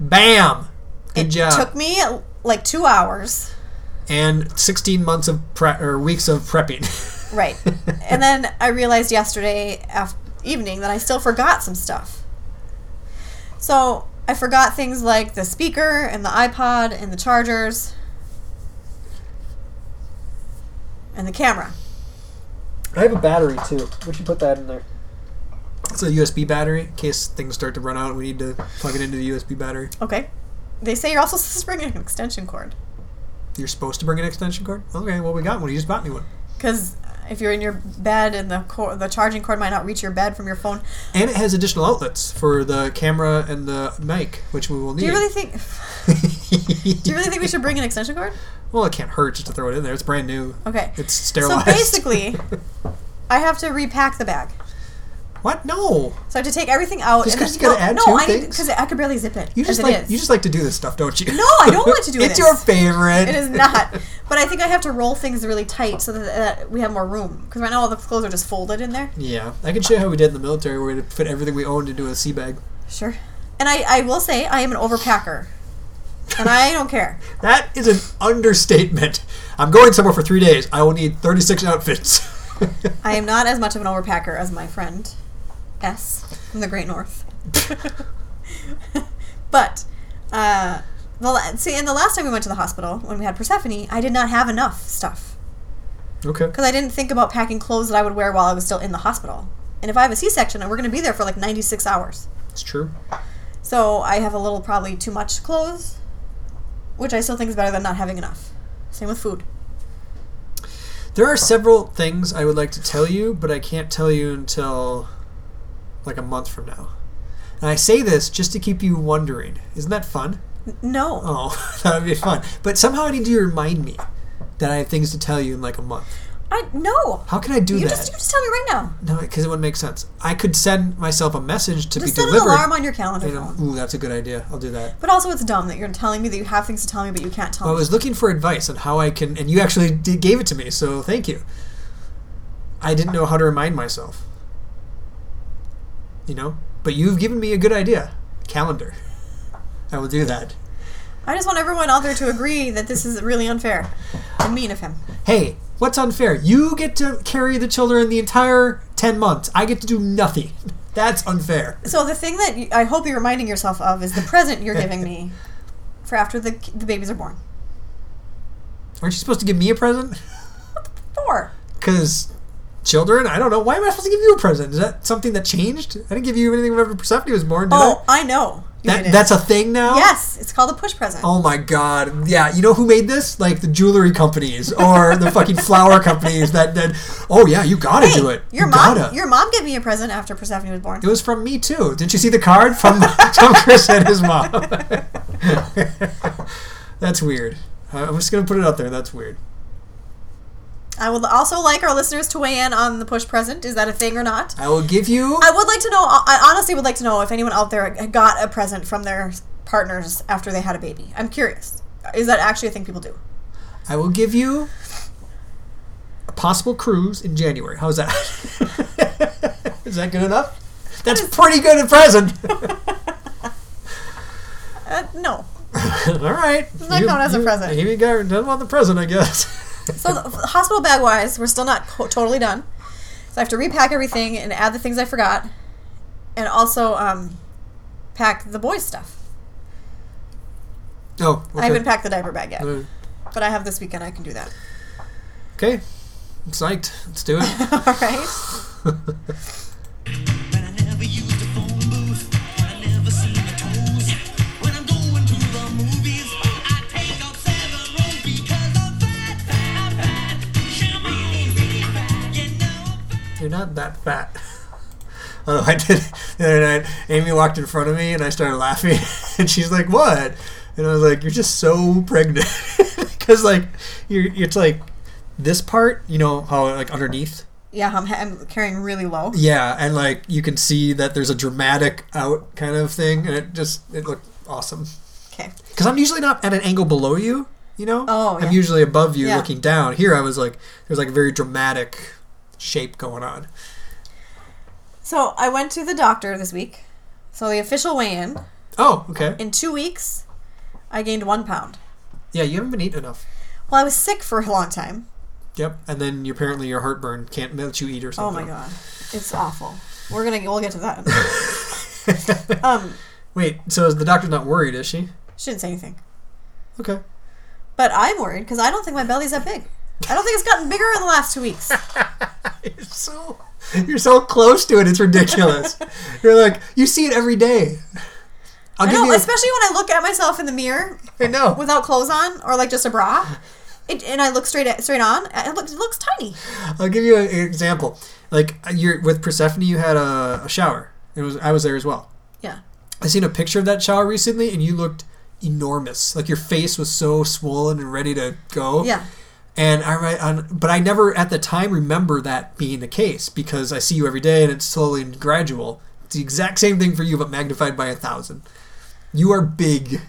S2: Bam. Good
S1: it
S2: job.
S1: took me like two hours.
S2: and 16 months of pre- or weeks of
S1: *laughs*
S2: prepping. *laughs*
S1: Right. and then I realized yesterday af- evening that I still forgot some stuff. So I forgot things like the speaker and the iPod and the chargers and the camera.
S2: I have a battery too. We should put that in there. It's a USB battery in case things start to run out. We need to plug it into the USB battery.
S1: Okay. They say you're also *laughs* supposed to bring an extension cord.
S2: You're supposed to bring an extension cord. Okay, well we got one. You just bought me one.
S1: Because if you're in your bed and the cor- the charging cord might not reach your bed from your phone.
S2: And it has additional outlets for the camera and the mic, which we will need.
S1: Do you
S2: *laughs*
S1: really think? Do you really think we should bring an extension cord?
S2: well, it can't hurt just to throw it in there. It's brand new.
S1: Okay.
S2: It's
S1: So
S2: sterilized. *laughs*
S1: basically, I have to repack the bag.
S2: what? No,
S1: So I have to take everything out.
S2: Just
S1: and
S2: 'cause
S1: then-
S2: you gotta add
S1: no,
S2: two
S1: no, I need
S2: things?
S1: because I could barely zip it.
S2: you just
S1: as
S2: like
S1: it is.
S2: you just like to do this stuff, don't you?
S1: No, I don't like to do
S2: *laughs* it's
S1: this.
S2: your favorite.
S1: It
S2: *laughs*
S1: is not. But I think I have to roll things really tight so that, that we have more room. Because right now all the clothes are just folded in there.
S2: Yeah, I can show you how we did in the military, where we had to fit everything we owned into a sea bag.
S1: Sure. And I, I will say I am an overpacker, and I don't care.
S2: That is an understatement. *laughs* I'm going somewhere for three days. I will need 36 outfits. *laughs*
S1: I am not as much of an overpacker as my friend S from the Great North. *laughs* but uh, the la- see, and the last time we went to the hospital when we had Persephone, I did not have enough stuff
S2: okay.
S1: because I didn't think about packing clothes that I would wear while I was still in the hospital. And if I have a C-section, we're going to be there for like 96 hours.
S2: It's true.
S1: So I have a little, probably too much clothes, which I still think is better than not having enough. Same with food.
S2: There are several things I would like to tell you, but I can't tell you until like a month from now. And I say this just to keep you wondering. Isn't that fun?
S1: No.
S2: Oh, *laughs* that would be fun. But somehow I need you to remind me that I have things to tell you in like a month.
S1: I no.
S2: How can I do
S1: You
S2: that?
S1: just you just tell me right now.
S2: no, because it wouldn't make sense. I could send myself a message to
S1: Just
S2: be
S1: set
S2: delivered.
S1: an alarm on your calendar
S2: And,
S1: phone.
S2: um, ooh, that's a good idea. I'll do that.
S1: But also, it's dumb that you're telling me that you have things to tell me, but you can't tell
S2: I
S1: me.
S2: was looking for advice on how I can, and you actually did, gave it to me, so thank you. I didn't know how to remind myself. You know? But you've given me a good idea. Calendar. I will do that.
S1: I just want everyone out there to agree that this is really unfair and mean of him.
S2: Hey, what's unfair? You get to carry the children the entire 10 months. I get to do nothing. *laughs* That's unfair.
S1: So the thing that you, I hope you're reminding yourself of is the present you're giving
S2: *laughs*
S1: me for after the the babies are born.
S2: Aren't you supposed to give me a present? *laughs*
S1: Four.
S2: Because children, I don't know. Why am I supposed to give you a present? Is that something that changed? I didn't give you anything whenever Persephone was born, did I?
S1: Oh, I know. You
S2: That,
S1: did it.
S2: that's a thing now?
S1: yes. It's called a push present.
S2: Oh my god. Yeah, you know who made this? Like the jewelry companies or the fucking flower companies that that oh yeah, you gotta
S1: Hey,
S2: do it.
S1: Your
S2: you
S1: mom.
S2: gotta.
S1: Your mom gave me a present after Persephone was born.
S2: it was from me too. Didn't you see the card from *laughs* from Chris and his mom? *laughs* That's weird. I- I'm just gonna put it out there. That's weird.
S1: I would also like our listeners to weigh in on the push present. Is that a thing or not?
S2: I will give you.
S1: I would like to know. I honestly would like to know if anyone out there got a present from their partners after they had a baby. I'm curious. Is that actually a thing people do?
S2: I will give you a possible cruise in January. How's that? *laughs* is that good enough? That's pretty good
S1: *laughs*
S2: at present. *laughs*
S1: Uh, no.
S2: All right. Does
S1: that count as a present?
S2: You got done want the present, I guess. *laughs*
S1: So the, hospital bag wise, we're still not co- totally done. So I have to repack everything and add the things I forgot, and also um, pack the boys' stuff.
S2: Oh, okay.
S1: I haven't packed the diaper bag yet,
S2: Uh,
S1: but I have this weekend. I can do that. *laughs*
S2: Okay. I'm psyched. Let's do it.
S1: All right.
S3: When I never used a phone booth, when I never seen the tolls, when I'm going to the movies, I take up seven rows because I'm fat, fat, fat. Shall we be fat? You know I'm fat.
S2: You're not that fat. *laughs* Although I did *laughs* the other night, Amy walked in front of me and I started laughing, *laughs* and she's like, "What?" And I was like, "You're just so pregnant," *laughs* because like you're it's like this part, you know how like underneath,
S1: Yeah, I'm, I'm carrying really low.
S2: yeah, and like you can see that there's a dramatic out kind of thing, and it just it looked awesome
S1: Okay.
S2: because I'm usually not at an angle below you, you know.
S1: Oh, yeah.
S2: I'm usually above you,
S1: Yeah.
S2: looking down. Here I was like, there's like a very dramatic shape going on.
S1: So I went to the doctor this week. So the official weigh-in
S2: Oh, okay.
S1: in two weeks, I gained one pound.
S2: Yeah, you haven't been eating enough.
S1: Well, I was sick for a long time.
S2: Yep, and then you, apparently your heartburn can't let you eat or
S1: Oh
S2: something.
S1: my god, it's awful. We're gonna we'll get to that. *laughs* um,
S2: *laughs* Wait, so the doctor's not worried, is she?
S1: shouldn't say anything.
S2: Okay. *laughs*
S1: But I'm worried because I don't think my belly's that big. I don't think it's gotten bigger in the last two
S2: *laughs*
S1: weeks.
S2: You're so you're so close to it.
S1: *laughs*
S2: It's ridiculous. you're like you see it every day. I'll
S1: I
S2: give
S1: know,
S2: you. a-
S1: especially when I look at myself in the mirror
S2: I know.
S1: without clothes on or like just a bra, it, and I look straight at, straight on. It looks it looks tiny.
S2: I'll give you an example. Like uh, you're with Persephone, you had a, a shower. It was I was there as well.
S1: Yeah.
S2: I seen a picture of that shower recently, and you looked enormous. Like your face was so swollen and ready to go.
S1: Yeah.
S2: And I write on, but I never at the time remember that being the case because I see you every day, and it's slowly and gradual. It's the exact same thing for you, but magnified by a thousand. You are big. *laughs*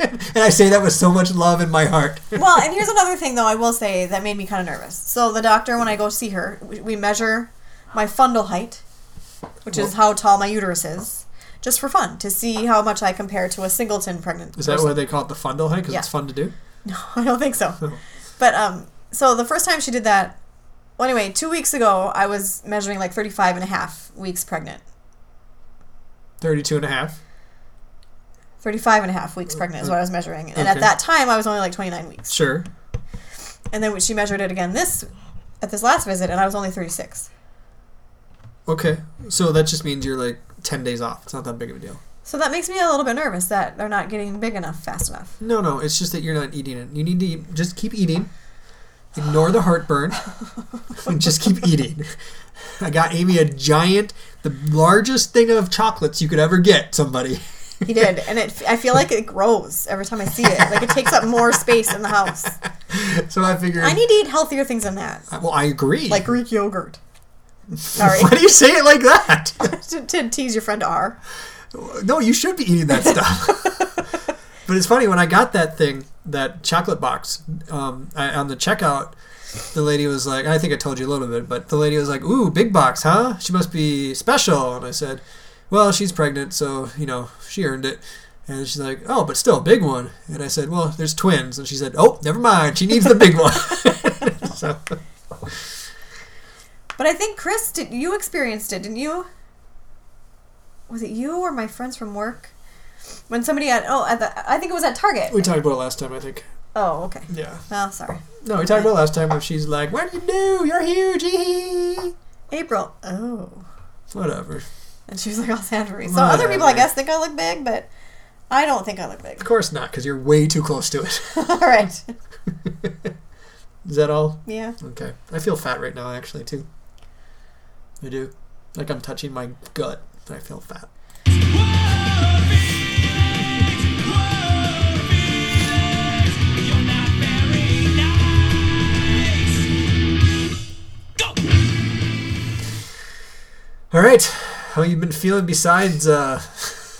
S2: and I say that with so much love in my heart.
S1: well, and here's another thing though I will say that made me kind of nervous. So the doctor, when I go see her, we, we measure my fundal height, which is how tall my uterus is, just for fun to see how much I compare to a singleton pregnant.
S2: Is that
S1: person.
S2: why they call it the fundal height? Because it's
S1: Yeah.
S2: fun to do.
S1: *laughs* No, I don't think so.
S2: Oh.
S1: But um, so the first time she did that, well, anyway, two weeks ago I was measuring like 35 and a half weeks pregnant.
S2: 32 and a half.
S1: 35 and a half weeks pregnant is what I was measuring. And
S2: Okay.
S1: at that time, I was only like 29 weeks.
S2: Sure.
S1: And then she measured it again this at this last visit, and I was only 36.
S2: Okay. So that just means you're like 10 days off. It's not that big of a deal.
S1: So that makes me a little bit nervous that they're not getting big enough fast enough.
S2: No, no. It's just that you're not eating it. You need to eat, just keep eating. Ignore the heartburn. *laughs* and just keep eating. I got Amy a giant, the largest thing of chocolates you could ever get, somebody. *laughs*
S1: He did, and it, I feel like it grows every time I see it. Like it takes up more space in the house.
S2: So I figured.
S1: I need to eat healthier things than that,
S2: well, I agree.
S1: like Greek yogurt. Sorry,
S2: *laughs* Why do you say it like that?
S1: *laughs*
S2: *laughs*
S1: to, to tease your friend R.
S2: No, you should be
S1: *laughs*
S2: eating that stuff. but it's funny when I got that thing, that chocolate box, um, I, on the checkout, the lady was like, I think I told you a little bit, but the lady was like, "Ooh, big box, huh? She must be special." And I said, "Well, she's pregnant, so you know she earned it." And she's like, "Oh, but still a big one." And I said, "Well, there's twins." And she said, "Oh, never mind. She needs the big one." *laughs* so,
S1: But I think Chris, did you experienced it? Didn't you? Was it you or my friends from work? When somebody at oh at the I think it was at Target.
S2: we talked about it last time, I think.
S1: Oh okay.
S2: Yeah.
S1: Well sorry.
S2: No, we talked about it last time where she's like, "What do you do? You're huge." hee-hee."
S1: April. Oh.
S2: Whatever.
S1: And she was like all sad for me. So other people I
S2: Whatever.
S1: guess think I look big, but I don't think I look big. *laughs*
S2: Of course not, because you're way too close to it. *laughs*
S1: all right.
S2: Is that all?
S1: Yeah.
S2: Okay. I feel fat right now, actually, too. I do. Like I'm touching my gut. I feel fat.
S3: You're not very nice.
S2: All right. How you been feeling besides uh *laughs*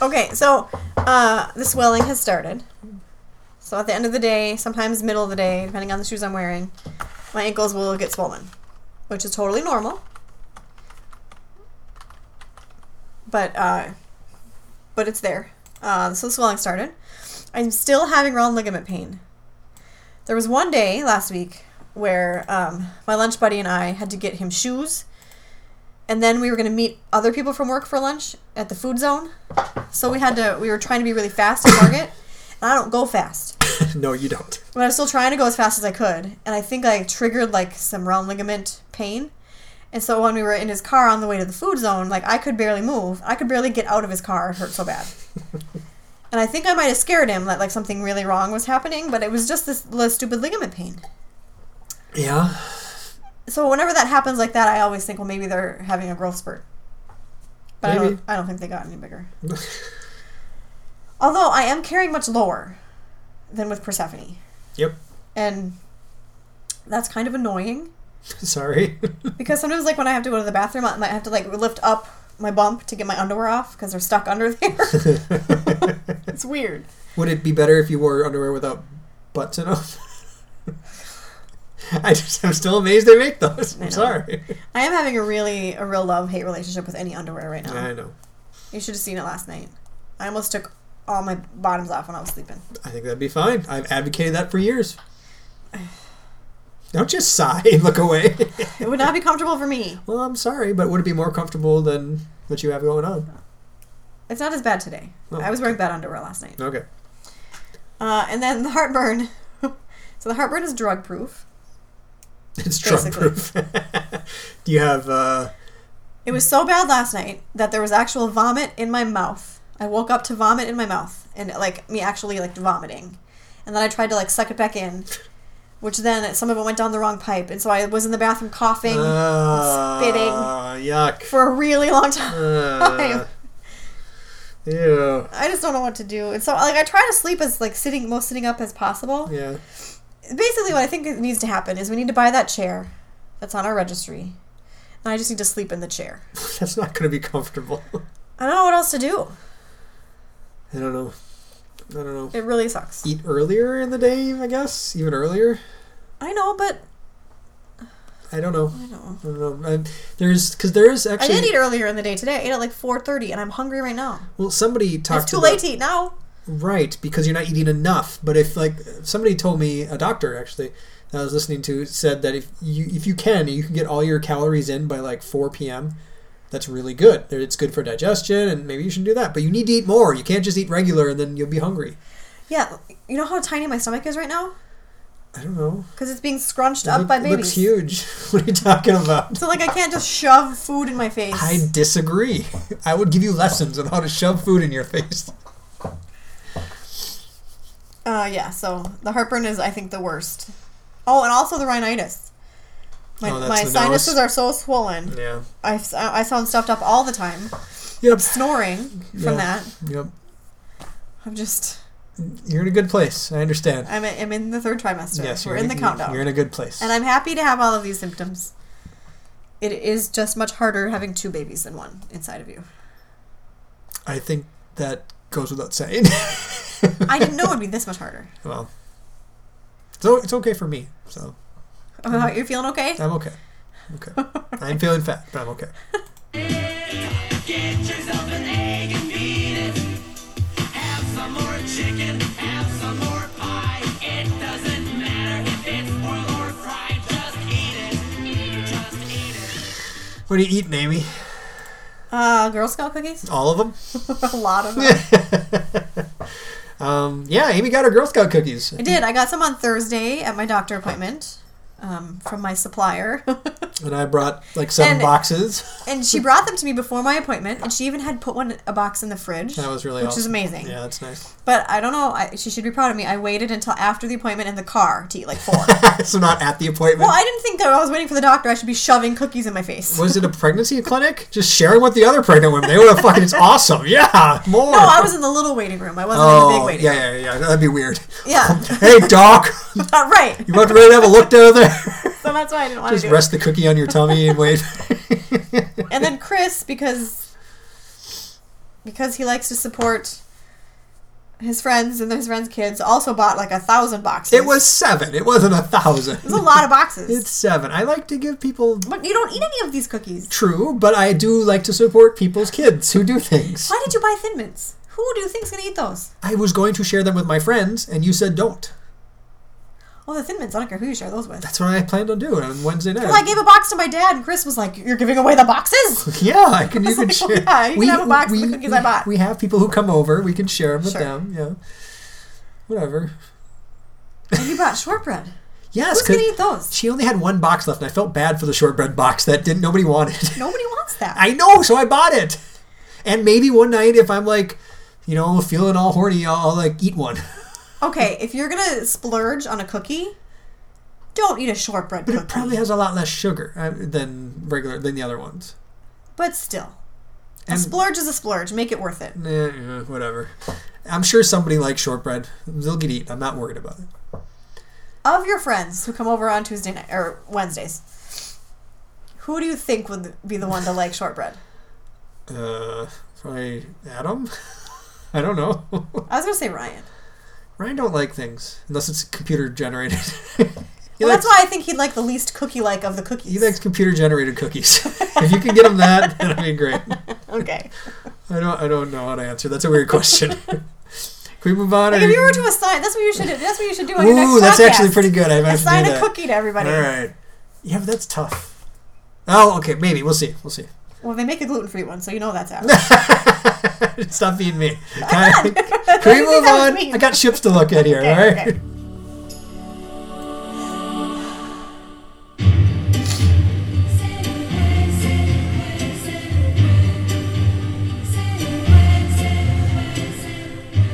S1: Okay, so uh, the swelling has started. So at the end of the day, sometimes middle of the day, depending on the shoes I'm wearing, my ankles will get swollen, which is totally normal. But uh, but it's there. Uh, so the swelling started. I'm still having rolled ligament pain. There was one day last week where um, my lunch buddy and I had to get him shoes, and then we were going to meet other people from work for lunch at the food zone. So we had to. We were trying to be really fast at Target, *coughs* and I don't go fast,
S2: No, you don't.
S1: but I was still trying to go as fast as I could. And I think I triggered like some round ligament pain. And so when we were in his car on the way to the food zone, like I could barely move. I could barely get out of his car. It hurt so bad. and I think I might have scared him that like something really wrong was happening, but it was just this li- stupid ligament pain.
S2: Yeah.
S1: So whenever that happens like that, I always think, well, maybe they're having a growth spurt. But I
S2: Maybe.
S1: don't. I don't think they got any bigger. Although I am carrying much lower than with Persephone.
S2: *laughs* yep.
S1: And that's kind of annoying
S2: Sorry. *laughs*
S1: because sometimes, like, when I have to go to the bathroom, I might have to, like, lift up my bump to get my underwear off because they're stuck under
S2: *laughs*
S1: there. it's weird.
S2: Would it be better if you wore underwear without butts in them? *laughs* I just I'm still amazed they make those. I'm
S1: know.
S2: sorry.
S1: I am having a really, a real love hate relationship with any underwear right now.
S2: I know.
S1: You should have seen it last night. I almost took all my bottoms off when I was sleeping.
S2: I think that'd be fine. I've advocated that for years. Don't just sigh and
S1: *laughs*
S2: look away.
S1: It would not be comfortable for me.
S2: well, I'm sorry, but would it be more comfortable than what you have going on?
S1: It's not as bad today.
S2: Oh,
S1: I was wearing bad underwear last night.
S2: Okay.
S1: Uh, and then the heartburn. *laughs* so the heartburn is drug proof.
S2: It's Trump
S1: Basically.
S2: proof. *laughs* Do you have uh
S1: It was so bad last night that there was actual vomit in my mouth. I woke up to vomit in my mouth and like me actually like vomiting. And then I tried to like suck it back in, which then some of it went down the wrong pipe. And so I was in the bathroom coughing
S2: uh,
S1: spitting. *laughs*
S2: Yuck.
S1: for a really long time. *laughs*
S2: Uh, ew.
S1: I just don't know what to do. And so like I try to sleep as like sitting most sitting up as possible.
S2: Yeah. *laughs*
S1: Basically what I think needs to happen is we need to buy that chair that's on our registry. And I just need to sleep in the chair.
S2: That's not going to be comfortable.
S1: I don't know what else to do.
S2: I don't know. I don't know.
S1: It really sucks.
S2: Eat earlier in the day, I guess. Even earlier.
S1: I know, but
S2: I don't know.
S1: I know.
S2: I don't know. I, there's because there is
S1: I
S2: actually.
S1: did eat earlier in the day today. I ate at like 4:30 and I'm hungry right now.
S2: Well, somebody talked.
S1: it's too
S2: about-
S1: late to eat now.
S2: Right, because you're not eating enough. But if like somebody told me, a doctor actually that I was listening to said that if you if you can, you can get all your calories in by like 4 p.m. That's really good. There- It's good for digestion, and maybe you should do that. But you need to eat more. You can't just eat regular and then you'll be hungry.
S1: Yeah, you know how tiny my stomach is right now
S2: I don't know.
S1: because it's being scrunched
S2: It
S1: up
S2: look-
S1: by
S2: it
S1: babies.
S2: Looks huge. *laughs* what are you talking about?
S1: So like I can't just shove food in my face.
S2: I disagree. I would give you lessons on how to shove food in your face.
S1: Uh yeah, so the heartburn is I think the worst. Oh, and also the rhinitis. My,
S2: Oh, that's
S1: my
S2: the
S1: sinuses
S2: nose.
S1: are so swollen.
S2: Yeah.
S1: I, I sound stuffed up all the time.
S2: Yep.
S1: Snoring
S2: Yeah.
S1: from that.
S2: Yep.
S1: I'm just
S2: You're in a good place. I understand.
S1: I'm, I'm in the third trimester.
S2: yes,
S1: we're
S2: you're
S1: in the
S2: you-
S1: countdown.
S2: You're in a good place.
S1: And I'm happy to have all of these symptoms. It is just much harder having two babies than one inside of you.
S2: I think that goes without saying.
S1: I didn't know it would be this much harder.
S2: *laughs* well, so it's okay for me. So
S1: Uh, you're feeling
S2: *laughs*
S1: okay?
S2: I'm okay.
S1: *laughs*
S2: I'm Okay. I'm feeling fat, but I'm okay.
S3: Get yourself an egg and beat it. Have some more chicken, have some more pie. It doesn't matter if it's boiled or fried, just eat it. Just eat it.
S2: What are you eating, Amy?
S1: Uh, Girl Scout cookies? *laughs*
S2: All of them?
S1: A lot of them.
S2: *laughs* Um, yeah, Amy got her Girl Scout cookies.
S1: I did. I got some on Thursday at my doctor appointment um, from my supplier. *laughs*
S2: And I brought like seven
S1: And-
S2: boxes. *laughs*
S1: and she brought them to me before my appointment, and she even had put one a box in the fridge.
S2: That was really
S1: Which
S2: awesome.
S1: is amazing.
S2: Yeah, that's nice. *laughs*
S1: But I don't know. I, she should be proud of me. I waited until after the appointment in the car to eat like
S2: *laughs*
S1: four.
S2: so not at the appointment.
S1: well, I didn't think that I was waiting for the doctor. I should be shoving cookies in my face.
S2: was it a pregnancy clinic? Just sharing with the other pregnant women. They would have fucking, it's awesome. Yeah, more.
S1: No, Oh, I was in the little waiting room. I wasn't in the big
S2: Oh,
S1: waiting
S2: yeah, yeah, yeah. That'd be
S1: *laughs*
S2: weird.
S1: room. Yeah.
S2: hey, doc,
S1: Uh, right.
S2: you about to ready to have a look down there?
S1: *laughs* so that's why I didn't want
S2: Just
S1: to do
S2: rest the cookie on your tummy and wait.
S1: it. And then Chris, because because he likes to support his friends and his friends' kids, also bought like a thousand boxes.
S2: it was seven. It wasn't a thousand.
S1: it was a lot of boxes.
S2: It's seven. I like to give people
S1: but you don't eat any of these cookies.
S2: true, but I do like to support people's kids who do things.
S1: Why did you buy Thin Mints? Who do you think's gonna eat those?
S2: I was going to share them with my friends, and you said don't.
S1: Oh, the Thin Mints. I don't care who you share those with.
S2: That's what I planned on doing on Wednesday night.
S1: Well, I gave a box to my dad, and Chris was like, "You're giving away the
S2: *laughs*
S1: boxes."
S2: yeah, I can. You
S1: was
S2: can
S1: like,
S2: share.
S1: yeah, you can have a box of the cookies I bought.
S2: We have people who come over. We can share them with
S1: Sure.
S2: them. Yeah, whatever.
S1: and you bought shortbread.
S2: Yes,
S1: Who's gonna
S2: 'cause
S1: eat those?
S2: she only had one box left, and I felt bad for the shortbread box that didn't nobody wanted. *laughs*
S1: Nobody wants that.
S2: I know, so I bought it. And maybe one night, if I'm like, you know, feeling all horny, I'll, I'll like eat one. *laughs*
S1: Okay, if you're gonna splurge on a cookie, don't eat a shortbread
S2: But
S1: cookie.
S2: it probably has a lot less sugar uh, than regular than the other ones.
S1: But still, a
S2: And-
S1: splurge is a splurge. Make it worth it.
S2: Eh, eh, whatever. I'm sure somebody likes shortbread. They'll get eaten. I'm not worried about it.
S1: Of your friends who come over on Tuesday night or Wednesdays, who do you think would be the one to like shortbread?
S2: Uh, probably Adam. *laughs* I don't know. *laughs*
S1: I was gonna say Ryan.
S2: Ryan don't like things unless it's computer generated. *laughs* he,
S1: Well,
S2: likes,
S1: that's why I think he'd like the least cookie-like of the cookies.
S2: he likes computer generated cookies. *laughs* if you can get him that, *laughs* that'd be great.
S1: *laughs* okay.
S2: I don't. I don't know how to answer. That's a weird question. *laughs* can we move on?
S1: Like
S2: or-
S1: if you were to assign, that's what you should. do. That's what you should do on your next
S2: Ooh, that's
S1: podcast.
S2: actually pretty good. I might have to
S1: Assign
S2: do
S1: a
S2: that.
S1: cookie to everybody.
S2: All right. Yeah, but that's tough. Oh, okay. Maybe we'll see. We'll see. *laughs*
S1: Well, they make a gluten-free one, so you know that's out.
S2: Stop
S1: *laughs*
S2: being mean. Can, I- can we move
S1: that was
S2: on?
S1: mean.
S2: I got ships to look at here.
S1: Okay,
S2: all right.
S1: okay.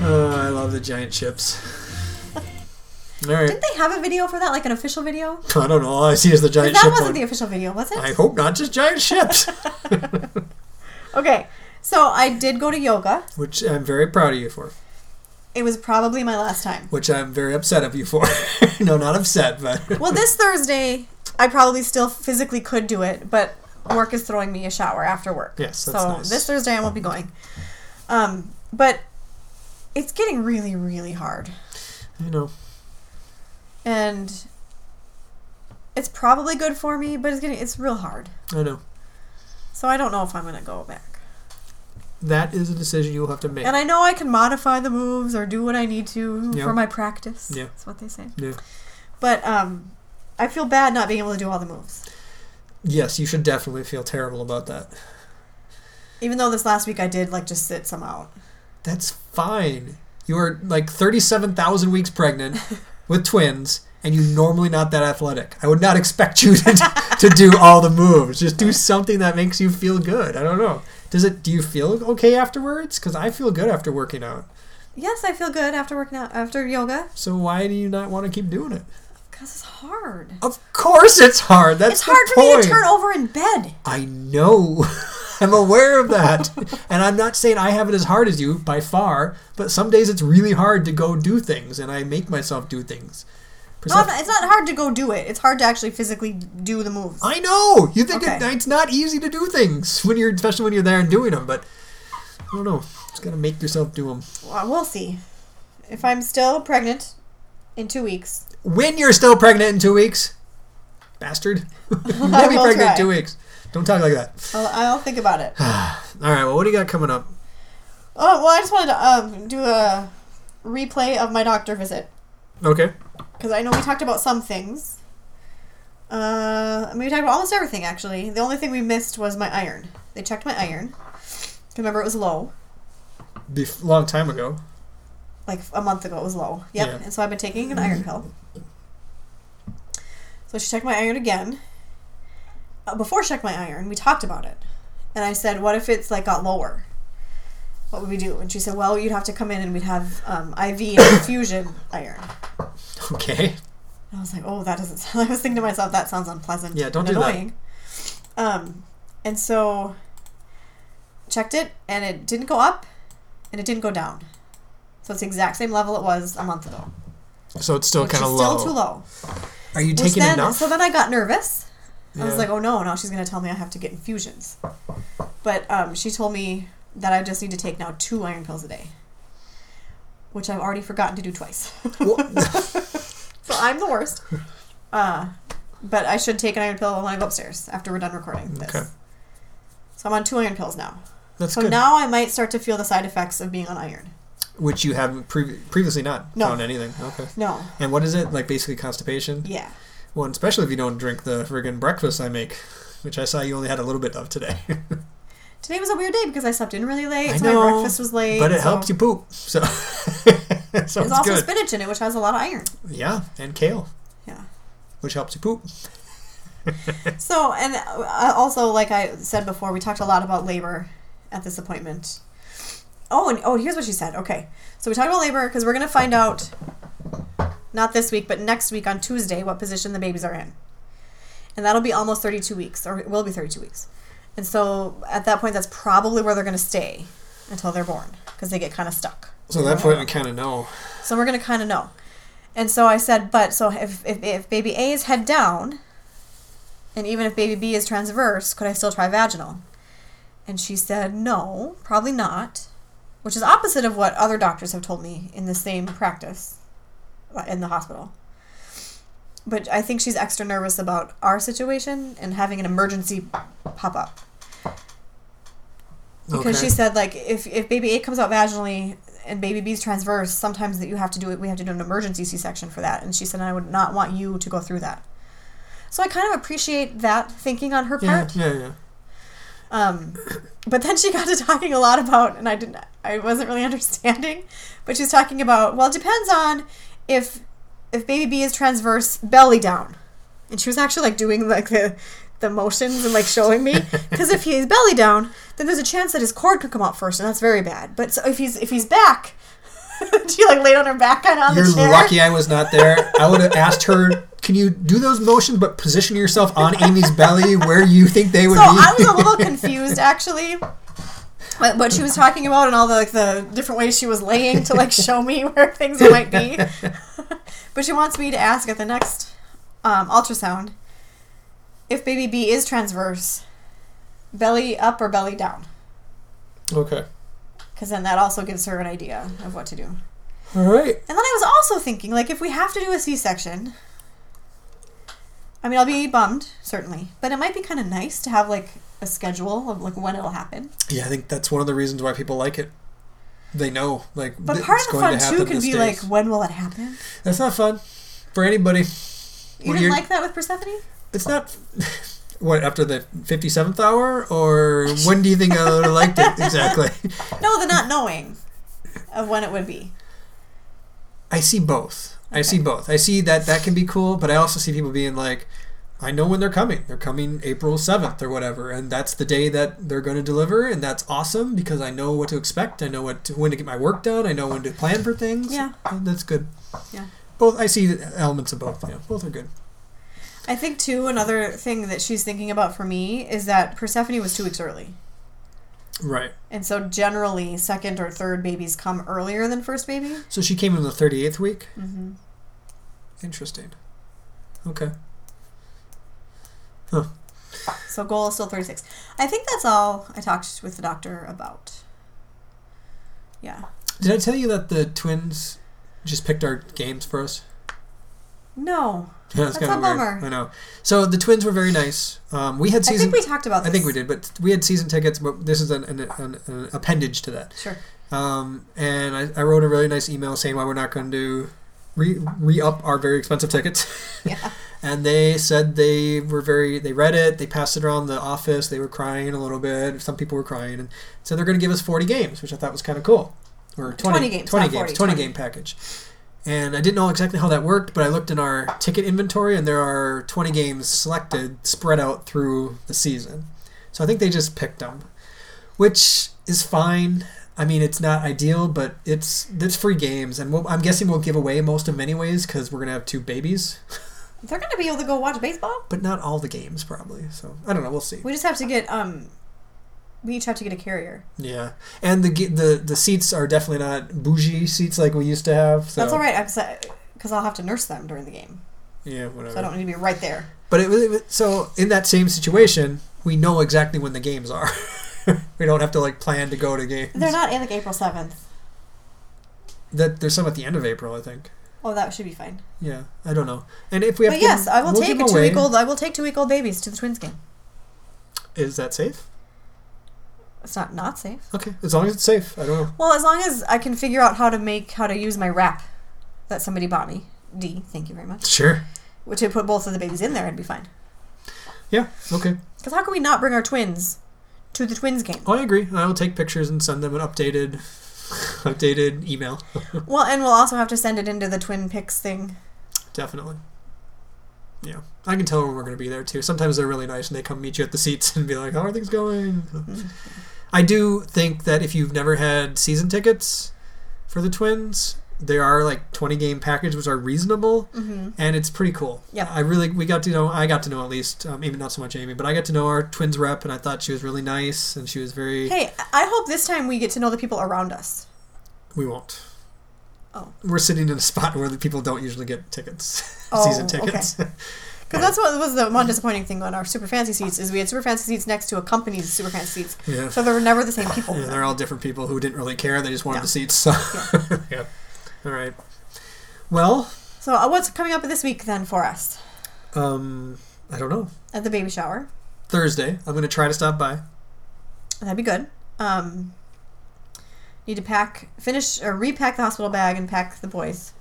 S2: Oh, I love the giant ships. All right.
S1: Didn't they have a video for that, like an official video?
S2: I don't know. All I see is the giant
S1: that
S2: ship
S1: wasn't
S2: one.
S1: the official video, was it?
S2: I hope not just giant ships, *laughs*
S1: Okay, so I did go to yoga.
S2: which I'm very proud of you for.
S1: It was probably my last time.
S2: Which I'm very upset of you for. *laughs* no, not upset, but
S1: Well, this Thursday, I probably still physically could do it, but work is throwing me a shower after work.
S2: Yes, that's
S1: so
S2: nice.
S1: this Thursday I won't be going. Um, but it's getting really, really hard,
S2: *laughs* you know.
S1: and it's probably good for me, but it's getting it's real hard.
S2: I know.
S1: So I don't know if I'm gonna go back.
S2: That is a decision you'll have to make.
S1: And I know I can modify the moves or do what I need to
S2: Yeah.
S1: for my practice.
S2: Yeah.
S1: That's what they say.
S2: Yeah.
S1: But um, I feel bad not being able to do all the moves.
S2: Yes, you should definitely feel terrible about that.
S1: Even though this last week I did like just sit some out.
S2: That's fine. You are like 37,000 weeks
S1: *laughs*
S2: pregnant with twins, and you're normally not that athletic. I would not expect you to, to do all the moves. Just do something that makes you feel good. I don't know. Does it? Do you feel okay afterwards? Because I feel good after working out.
S1: Yes, I feel good after working out after yoga
S2: So why do you not want to keep doing it?
S1: because it's hard.
S2: Of course, it's hard. That's
S1: It's
S2: the
S1: hard for
S2: point.
S1: me to turn over in bed.
S2: I know. *laughs* I'm aware
S1: *laughs*
S2: of that. and I'm not saying I have it as hard as you by far, but some days it's really hard to go do things and I make myself do things.
S1: No, I'm
S2: Percep-
S1: not- it's not hard to go do it. It's hard to actually physically do the moves.
S2: I know. You think it,
S1: Okay.
S2: it's not easy to do things when you're especially when you're there and doing them, but I don't know. Just got to make yourself do them.
S1: Well, we'll see. If I'm still pregnant in two weeks,
S2: When you're still pregnant in 2 weeks,
S1: *laughs*
S2: bastard. *laughs* You're gonna be
S1: will try.
S2: pregnant in 2 weeks. Don't talk like that.
S1: I'll, I'll think about
S2: *sighs*
S1: it.
S2: All right, well what do you got coming up?
S1: Oh well, I just wanted to um, do a replay of my doctor visit.
S2: Okay.
S1: because I know we talked about some things. Uh, I mean, we talked about almost everything actually. The only thing we missed was my iron. They checked my iron. 'Cause Remember, it was low.
S2: Bef- long time ago. *laughs*
S1: Like a month ago, it was low. Yep.
S2: Yeah.
S1: And so I've been taking an iron pill. So she checked my iron again. Uh, before she checked my iron, we talked about it, and I said, "What if it's like got lower? What would we do?" And she said, "Well, you'd have to come in and we'd have um, IV and infusion iron."
S2: Okay.
S1: I was like, oh, that doesn't *laughs* sound. I was thinking to myself, that sounds unpleasant.
S2: Yeah, don't
S1: and
S2: do that.
S1: annoying. Um, and so checked it, and it didn't go up, and it didn't go down. So it's the exact same level it was a month ago.
S2: So it's still
S1: Which is
S2: kind of
S1: still
S2: low.
S1: too low.
S2: Are you
S1: Which
S2: taking
S1: then,
S2: enough?
S1: So then I got nervous. I was
S2: Yeah.
S1: like, oh no, now she's going to tell me I have to get infusions. But um, she told me that I just need to take now two iron pills a day, which I've already forgotten to do twice. *laughs* so I'm the
S2: *laughs*
S1: worst. Uh, but I should take an iron pill when I go upstairs after we're done recording this.
S2: Okay.
S1: So I'm on two iron pills now.
S2: That's
S1: so
S2: good.
S1: now I might start to feel the side effects of being on iron.
S2: Which you haven't pre- previously not
S1: No.
S2: found anything. Okay.
S1: No.
S2: And what is it? Like basically constipation?
S1: Yeah.
S2: Well, and especially if you don't drink the friggin' breakfast I make, which I saw you only had a little bit
S1: *laughs*
S2: of today.
S1: Today was a weird day because I slept in really late,
S2: *laughs* I
S1: so
S2: know,
S1: my breakfast was late.
S2: but it
S1: so-
S2: helps you poop. So, *laughs* so it's,
S1: There's also
S2: good.
S1: spinach in it, which has a lot of iron.
S2: yeah, and kale,
S1: Yeah.
S2: which helps you poop.
S1: So, and uh, also, like I said before, we talked a lot about labor at this appointment. Oh, and oh, here's what she said. Okay, so we talked about labor because we're gonna find out, not this week, but next week on Tuesday, what position the babies are in, and that'll be almost 32 weeks, or it will be 32 weeks, and so at that point, that's probably where they're gonna stay until they're born because they get kind of stuck.
S2: So at that point, we kind of know.
S1: So we're gonna kind of know. And so I said, but so if, if if baby A is head down, and even if baby B is transverse, could I still try vaginal? And she said, no, probably not, which is opposite of what other doctors have told me in the same practice uh, in the hospital. But I think she's extra nervous about our situation and having an emergency pop up because she said like if, if baby A comes out vaginally and baby B's transverse, sometimes that you have to do it. We have to do an emergency C section for that, and she said I would not want you to go through that. So I kind of appreciate that thinking on her
S2: yeah,
S1: part.
S2: yeah, yeah.
S1: Um, but then she got to talking a lot about, and I didn't, I wasn't really *laughs* understanding, but she was talking about well, it depends on if if baby B is transverse belly down, and she was actually like doing like the the motions and like showing
S2: *laughs*
S1: me because if he's belly down, then there's a chance that his cord could come out first, and that's very bad. But so if he's if he's back, *laughs* she like laid on her back kind of on
S2: You're
S1: the chair.
S2: lucky I was not there. I would have asked her, "Can you do those motions, but position yourself on Amy's belly where you think they would
S1: So
S2: be?"
S1: I was a little
S2: *laughs*
S1: confused actually. What, what she was talking about and all the like the different ways she was laying to like show me *laughs* where things might be. *laughs* but she wants me to ask at the next um, ultrasound if baby B is transverse, belly up or belly down,
S2: okay.
S1: because then that also gives her an idea of what to do. And
S2: All right.
S1: then I was also thinking like if we have to do a C-section, I mean I'll be bummed certainly, but it might be kind of nice to have like a schedule of like when it'll happen.
S2: Yeah, I think that's one of the reasons why people like it. They know, like,
S1: But
S2: th-
S1: part
S2: it's
S1: of the fun
S2: going to
S1: too
S2: happen
S1: can
S2: this
S1: be
S2: day.
S1: like, when will it happen?
S2: that's not fun for anybody.
S1: You
S2: Well,
S1: didn't
S2: you're-
S1: like that with Persephone?
S2: It's not. *laughs* What after the fifty seventh hour,
S1: *laughs*
S2: or when do you think I would have liked it exactly?
S1: No, the not knowing of when it would be.
S2: I see both. I see both. I see that that can be cool, but I also see people being like, I know when they're coming. They're coming April 7th or whatever, and that's the day that they're going to deliver, and that's awesome because I know what to expect. I know what to, when to get my work done. I know when to plan for things.
S1: Yeah.
S2: And that's good.
S1: Yeah.
S2: Both I see elements of both. Yeah, both are good.
S1: I think too another thing that she's thinking about for me is that Persephone was two weeks early.
S2: Right.
S1: And so generally second or third babies come earlier than first baby.
S2: So she came in the 38th week.
S1: Mm-hmm.
S2: Interesting. Okay.
S1: So goal is still 36. I think that's all I talked with the doctor about. Yeah.
S2: Did I tell you that the twins just picked our games for us? *laughs*
S1: No.
S2: Yeah, that's
S1: That's
S2: kind of
S1: a
S2: weird.
S1: bummer.
S2: I know. So the twins were very nice. Um, we had
S1: I
S2: season.
S1: think we talked about this.
S2: did, but we had season tickets. But this is an, an, an, an appendage to that.
S1: Sure.
S2: Um, and I, I wrote a really nice email saying why we're not going to re re up our very expensive tickets.
S1: Yeah. *laughs*
S2: and they said they were very. They read it. They passed it around the office. They were crying a little bit. Some people were crying, and so they're going to give us forty games, which I thought was kind of cool. Or 20,
S1: 20 games, not 40,
S2: 20
S1: 20.
S2: game package. And I didn't know exactly how that worked, but I looked in our ticket inventory, and there are 20 games selected, spread out through the season. So I think they just picked them, which is fine. I mean, it's not ideal, but it's it's free games, and we'll, I'm guessing we'll give away most of them anyways because we're gonna have two babies,
S1: They're going to be able to go watch baseball?
S2: but not all the games probably. So I don't know. We'll see.
S1: We just have to get um we each have to get a carrier.
S2: Yeah, and the ge- the the seats are definitely not bougie seats like we used to have. So
S1: That's all right. I'm because I'll have to nurse them during the game.
S2: Yeah, whatever.
S1: So I don't need to be right there.
S2: But it was, it was so in that same situation, we know exactly when the games are. *laughs* we don't have to like plan to go to games.
S1: They're not in like April 7th.
S2: that there's some at the end of April, I think.
S1: Oh, that should be fine.
S2: Yeah, I don't know. And if we have,
S1: but
S2: to,
S1: yes, I will
S2: we'll
S1: take
S2: give
S1: a two
S2: away-
S1: week old. I will take two week old babies to the twins game.
S2: Is that safe?
S1: It's not not safe.
S2: Okay, as long as it's safe. I don't know.
S1: Well, as long as I can figure out how to make how to use my wrap that somebody bought me. D, thank you very much.
S2: Sure.
S1: Which I put both of the babies in there, it'd be fine.
S2: Yeah. Okay.
S1: Because how can we not bring our twins to the twins
S2: *laughs*
S1: game?
S2: Oh, I agree. I will take pictures and send them an updated, *laughs* updated email.
S1: Well, and we'll also have to send it into the twin pics thing.
S2: Definitely. Yeah, I can tell when we're going to be there too. Sometimes they're really nice and they come meet you at the seats *laughs* and be like, "How are
S1: *laughs*
S2: things going?" I do think that if you've never had season tickets for the Twins, there are like twenty game packages which are reasonable,
S1: Mm-hmm.
S2: and it's pretty cool.
S1: Yep.
S2: I really we got to know. I got to know at least, um, maybe not so much Amy, but I got to know our Twins rep, and I thought she was really nice, and she was very.
S1: Hey, I- I hope this time we get to know the people around us.
S2: We won't.
S1: Oh.
S2: We're sitting in a spot where the people don't usually get tickets, *laughs*
S1: Oh,
S2: season
S1: okay.
S2: tickets.
S1: Because that's what was the one disappointing thing on our super fancy seats is we had super fancy seats next to a company's super fancy seats,
S2: Yeah.
S1: so there were never the same people.
S2: Yeah, they're all different people who didn't really care. They just wanted
S1: Yeah.
S2: the seats.
S1: *laughs*
S2: So. Yeah. *laughs* All right. Well,
S1: So uh, what's coming up this week then for us
S2: um, I don't know.
S1: at the baby shower?
S2: Thursday, I'm going to try to stop
S1: *sighs*
S2: by.
S1: That'd be good. Um, need to pack, finish or repack the hospital bag and pack the boys.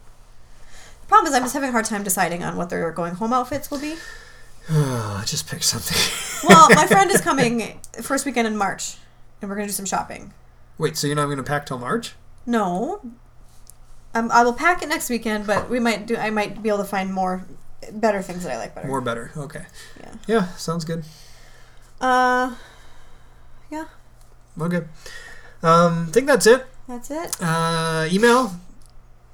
S1: The problem is I'm just having a hard time deciding on what their going home outfits will be.
S2: Oh, just pick something.
S1: Well, my friend is coming first weekend in March, and we're gonna do some shopping.
S2: *laughs* Wait, so you're not going to pack till March?
S1: No, um, I will pack it next weekend, but we might do. I might be able to find more, better things that I like better.
S2: More better. Okay.
S1: Yeah.
S2: Yeah, sounds good.
S1: Uh, yeah,
S2: Okay. Um, I think that's it.
S1: that's it.
S2: uh, email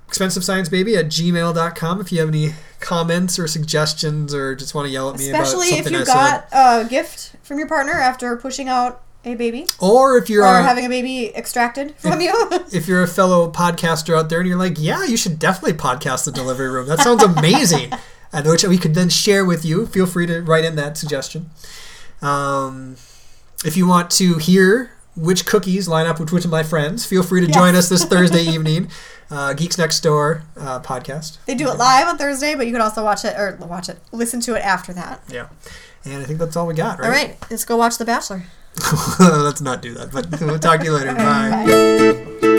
S2: expensivesciencebaby at gmail.com if you have any comments or suggestions or just want to yell at me
S1: Especially
S2: about
S1: if
S2: something
S1: you
S2: I
S1: got
S2: said.
S1: a gift from your partner after pushing out a baby
S2: Or if you're
S1: or
S2: a,
S1: having a baby
S2: *laughs*
S1: extracted from you. *laughs*
S2: if you're a fellow podcaster out there and you're like, yeah, you should definitely podcast the delivery room. That sounds *laughs* amazing. and which we could then share with you. Feel free to write in that suggestion. Um, if you want to hear which cookies line up with which of my friends, feel free to join us this *laughs* Thursday evening. Uh, Geeks Next Door uh, podcast.
S1: they do it live on Thursday, but you can also watch it or watch it, listen to it after that.
S2: Yeah. And I think that's all we got, right? *laughs*
S1: All right, let's go watch The Bachelor.
S2: Let's not do that, but we'll talk to you later. *laughs* Bye.
S1: Bye.